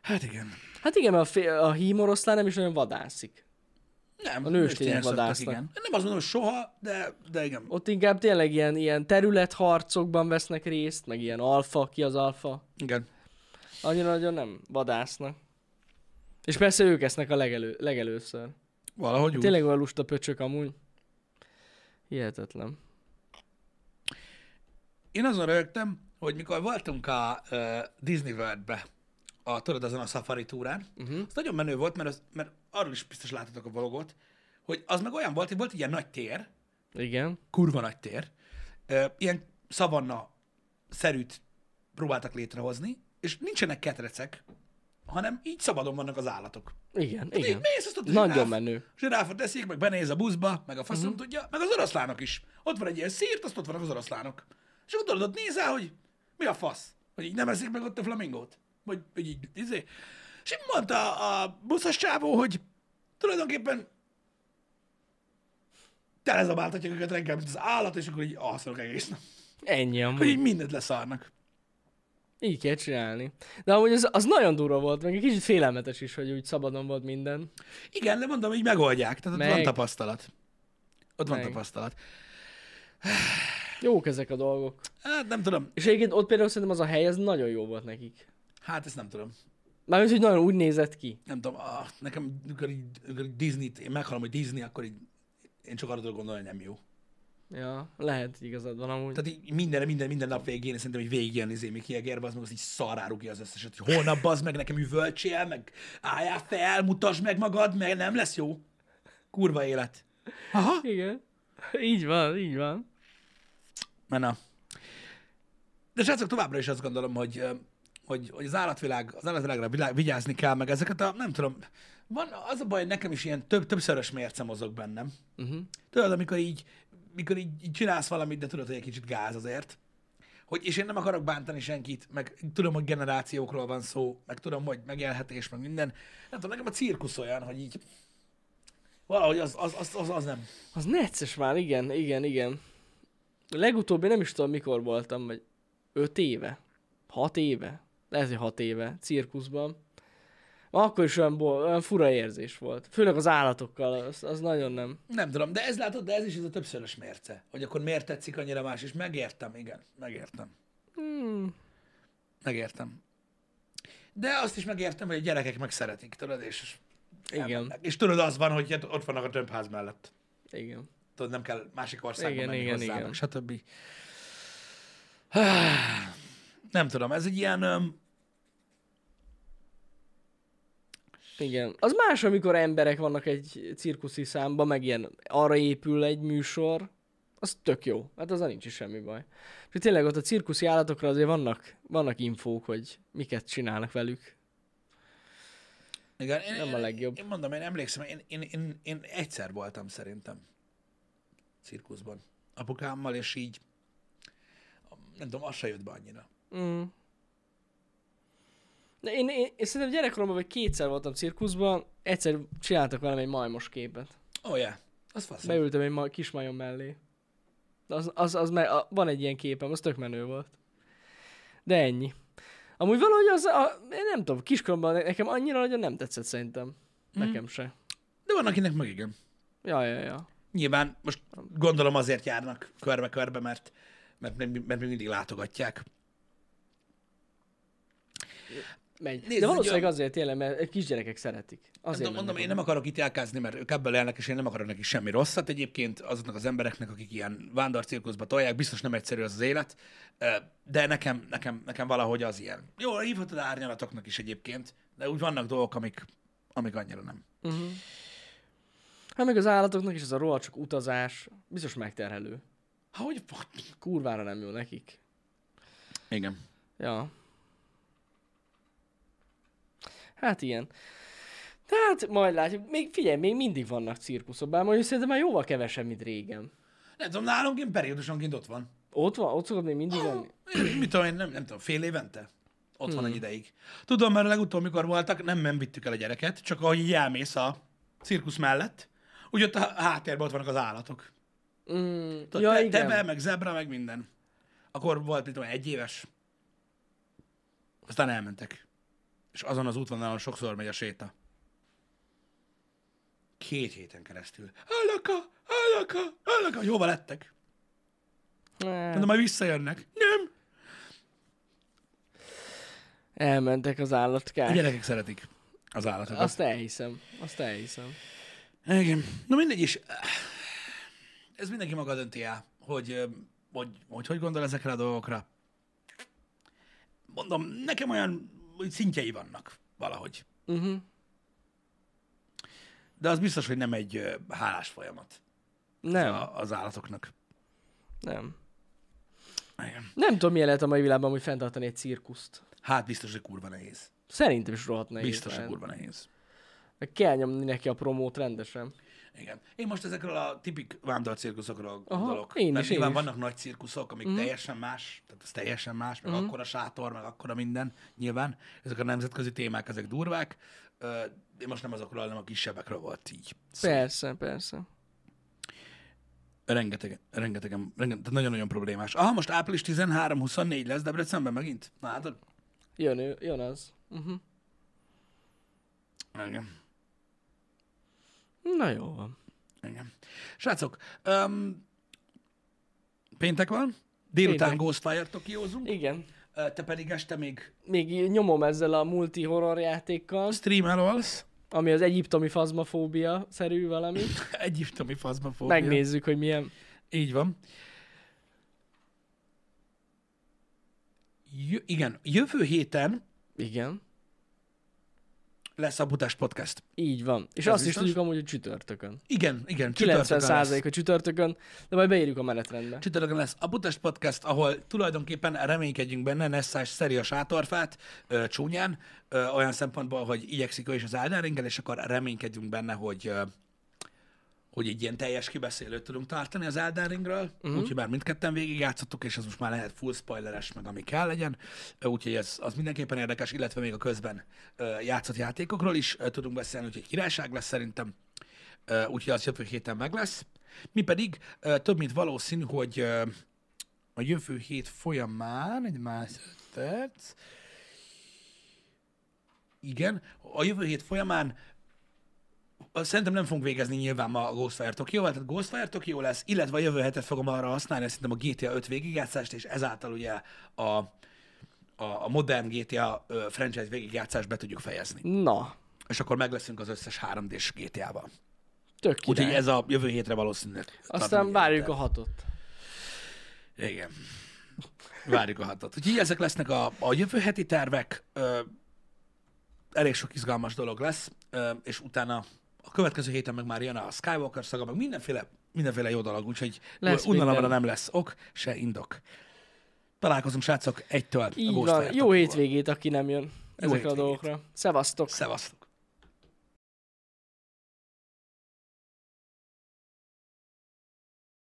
Hát igen. Hát igen, mert a, fé- a hím oroszlán nem is olyan vadászik. Nem, A nőstények nőstények szoktak, vadásznak. igen. Én nem azt mondom, hogy soha, de, de igen. Ott inkább tényleg ilyen, ilyen területharcokban vesznek részt, meg ilyen alfa, ki az alfa. igen. Annyira nagyon nem vadásznak. És persze ők esznek a legelő, legelőször. Valahogy úgy. Tényleg olyan lusta pöcsök amúgy. Hihetetlen. Én azon rögtem, hogy mikor voltunk a uh, Disney World-be, a, tudod, azon a safari túrán, uh-huh. az nagyon menő volt, mert, az, mert arról is biztos láttatok a vlogot, hogy az meg olyan volt, hogy volt egy ilyen nagy tér, Igen. kurva nagy tér, ö, ilyen szavanna szerűt próbáltak létrehozni, és nincsenek ketrecek, hanem így szabadon vannak az állatok. Igen, Igen. igen. Mész, azt ott a Nagyon zsiráf- menő. Mhm. Zsiráfot teszik, meg benéz a buszba, meg a faszom uh-huh. tudja, meg az oroszlánok is. Ott van egy ilyen szírt, azt ott vannak az oroszlánok. És akkor tudod, ott nézel, hogy mi a fasz? Hogy így nem eszik meg ott a flamingót? Vagy hogy így, izé. És így mondta a, a buszos csávó, hogy tulajdonképpen telezabáltatják őket reggel, mint az állat, és akkor így alszanak egész nap. Ennyi Hogy amúgy. így mindent leszarnak. Így kell csinálni. De amúgy az, az nagyon durva volt, meg egy kicsit félelmetes is, hogy úgy szabadon volt minden. Igen, de mondom, hogy megoldják. Tehát ott Meg. van tapasztalat. Ott van Meg. tapasztalat. Jók ezek a dolgok. Hát nem tudom. És egyébként ott például szerintem az a hely, ez nagyon jó volt nekik. Hát ezt nem tudom. Mármint, hogy nagyon úgy nézett ki. nem tudom, ah, nekem, amikor így, amikor így Disney-t, én meghalom, hogy Disney, akkor így, én csak arra tudok gondolni, hogy nem jó. Ja, lehet igazad van amúgy. Tehát így minden, minden, minden nap végén, szerintem, hogy végig ilyen izé, Miki Eger, az meg az így szarrá ki az összeset, hogy holnap bazd meg, nekem üvöltsél, meg álljál fel, mutasd meg magad, meg nem lesz jó. Kurva élet. Aha. Igen. Így van, így van. Mena. De srácok, továbbra is azt gondolom, hogy, ö, hogy, hogy az állatvilág, az állatvilágra vilá- vigyázni kell, meg ezeket a, nem tudom, van az a baj, hogy nekem is ilyen több, többszörös mérce mozog bennem. Uh-huh. Tudod, amikor így, mikor így, így csinálsz valamit, de tudod, hogy egy kicsit gáz azért. Hogy, és én nem akarok bántani senkit, meg tudom, hogy generációkról van szó, meg tudom, hogy megélhetés, meg minden. Nem tudom, nekem a cirkusz olyan, hogy így valahogy az, az, az, az, az nem. Az necces már, igen, igen, igen. Legutóbbi nem is tudom mikor voltam, vagy 5 éve, 6 éve, lehet, hogy 6 éve, cirkuszban. Akkor is olyan, bo- olyan fura érzés volt. Főleg az állatokkal, az, az nagyon nem. Nem tudom, de ez látod, de ez is ez a többszörös mérce. Hogy akkor miért tetszik annyira más, és megértem, igen, megértem. Hmm. Megértem. De azt is megértem, hogy a gyerekek meg szeretik, tudod, és, és Igen. elmennek. És tudod, az van, hogy hát ott vannak a tömbház mellett. Igen. Tudod, nem kell másik országba Igen, menni igen, hozzá, igen. meg stb. Nem tudom, ez egy ilyen... öm, Igen. Az más, amikor emberek vannak egy cirkuszi számba, meg ilyen arra épül egy műsor, az tök jó. Hát azzal nincs is semmi baj. És tényleg ott a cirkuszi állatokra azért vannak, vannak infók, hogy miket csinálnak velük. Igen, én, Nem a legjobb. Én, én mondom, én emlékszem, én, én, én, én egyszer voltam szerintem cirkuszban apukámmal, és így nem tudom, az se jött be annyira. Mm. De én, én, én szerintem gyerekkoromban vagy kétszer voltam cirkuszban, egyszer csináltak velem egy majmos képet. Ó, oh, yeah. az fasz. Beültem egy ma- kis majom mellé. De Az, az, az me- a, van egy ilyen képem, az tök menő volt. De ennyi. Amúgy valahogy az, a, én nem tudom, Mhm. kiskoromban ne- nekem annyira nagyon nem tetszett szerintem. Nekem se. De van, akinek meg igen. Ja, ja, ja. Nyilván most gondolom azért járnak körbe-körbe, mert, mert, mert, mert még mindig látogatják. Megy. Nézd, De valószínűleg ugye- azért tényleg, mert kisgyerekek szeretik. Azért Azért nem mondom, én nem akarok itt elkázni, mert ők ebből élnek, és én nem akarok nekik semmi rosszat. Egyébként azoknak az embereknek, akik ilyen vándorcirkuszba tolják, biztos nem egyszerű az az élet, ö, de nekem, nekem, nekem valahogy az ilyen. Jó, hívhatod árnyalatoknak is egyébként, de úgy vannak dolgok, amik, amik annyira nem. Hát meg az állatoknak is ez a rohadt sok utazás, biztos megterhelő. Ha, hogy Kurvára nem jó nekik. Igen. Ja. Hát ilyen. Tehát majd látjuk. Még figyelj, még mindig vannak cirkuszok, bár mondjuk szerintem már jóval kevesebb, mint régen. Nem tudom, nálunk én periódusonként ott van. Ott van, ott szokott még mindig lenni. Én, mit tudom én, nem, nem tudom, fél évente? Ott Hmm. van egy ideig. Tudom, mert legutóbb, mikor voltak, nem, nem vittük el a gyereket, csak ahogy így elmész a cirkusz mellett, úgy ott a háttérben ott vannak az állatok. Mm, Tudod, ja, te, igen. tebe, meg zebra, meg minden. Akkor volt, mit tudom, egy éves. Aztán elmentek. És azon az útvonalon sokszor megy a séta. Két héten keresztül. Állaka, állaka, állaka. Jóval lettek. Hát, Mondom, majd visszajönnek. Nem. Elmentek az állatkák. A gyerekek szeretik az állatokat. Azt elhiszem, azt elhiszem. Igen. Na mindegy is. Ez mindenki maga dönti el, hogy ö, hogy, hogy, hogy gondol ezekre a dolgokra. Mondom, nekem olyan hogy szintjei vannak valahogy. Uh-huh. De az biztos, hogy nem egy ö, hálás folyamat Nem, A, az állatoknak. nem. Igen. Nem tudom, milyen lehet a mai világban, hogy fenntartani egy cirkuszt. Hát biztos, hogy kurva nehéz. Szerintem is rohadt nehéz. Biztos, hogy lehet. kurva nehéz. Meg Kell nyomni neki a promót rendesen. Igen. Én most ezekről a tipik vándorcirkuszokról Aha, gondolok. én Mert is, én nyilván is. Mhm. vannak nagy cirkuszok, amik mm. teljesen más, tehát ez teljesen más, meg mm. akkora sátor, meg akkora minden, nyilván. Ezek a nemzetközi témák, ezek durvák. Ö, Én most nem azokról, hanem a kisebbekről volt így. szó. Persze, persze. Rengetegen, rengetegen, rengetegen, tehát nagyon-nagyon problémás. Aha, most április 13-24 lesz Debrecenben megint? Na hát, Jön, ő, jön az. Uh-huh. igen. Na jó van. Igen. Srácok, um, péntek van, délután Péntek. Ghostfire Tokiózunk, Igen. Ö, te pedig este még Még így nyomom ezzel a multi horror játékkal, streamelolsz. ami az egyiptomi fazmafóbia szerű valami. Egyiptomi faszba fogja. Megnézzük, hogy milyen. Így van. Jö- igen, jövő héten Igen. lesz a Butás Podcast. Így van. És Ez azt biztos? is tudjuk amúgy, hogy csütörtökön. Igen, igen, csütörtökön 90 lesz. a csütörtökön, de majd beírjuk a menetrendbe. Csütörtökön lesz a Butás Podcast, ahol tulajdonképpen reménykedjünk benne, Nessás szeri a sátorfát ö, csúnyán, ö, olyan szempontból, hogy igyekszik ő is az Áldán Ringgel, és akkor reménykedjünk benne, hogy ö, hogy egy ilyen teljes kibeszélőt tudunk tartani az Elden Ringről, uh-huh. úgyhogy már mindketten végigjátszottuk, és az most már lehet full spoileres, meg ami kell legyen, Ö, úgyhogy ez az mindenképpen érdekes, illetve még a közben ö, játszott játékokról is ö, tudunk beszélni, úgyhogy királyság lesz szerintem, Ö, úgyhogy az jövő héten meg lesz. Mi pedig ö, több mint valószínű, hogy ö, a jövő hét folyamán, egy másodperc, igen, a jövő hét folyamán azt Szerintem nem fogunk végezni nyilván ma a Ghostfire Tokyo-val, tehát Ghostfire Tokyo lesz, illetve a jövő hetet fogom arra használni, szerintem a GTA 5 végigjátszást, és ezáltal ugye a, a, a modern GTA ö, franchise végigjátszást be tudjuk fejezni. Na, És akkor megleszünk az összes 3D-s GTA-val. tök király. Úgyhogy ez a jövő hétre valószínűleg. Aztán várjuk a hatot. Igen. Várjuk a hatot. Úgyhogy ezek lesznek a, a jövő heti tervek. Ö, elég sok izgalmas dolog lesz, ö, és utána a következő héten meg már jön a Skywalker szaga, meg mindenféle, mindenféle jó dolog, úgyhogy Lesz lesz unalomra minden. nem lesz ok, se indok. Találkozunk, srácok, egytől. a Így Ghostfire van. Jó Tokyoval. hétvégét, aki nem jön ezekre a hétvégét. dolgokra. Szevasztok! Szevasztok!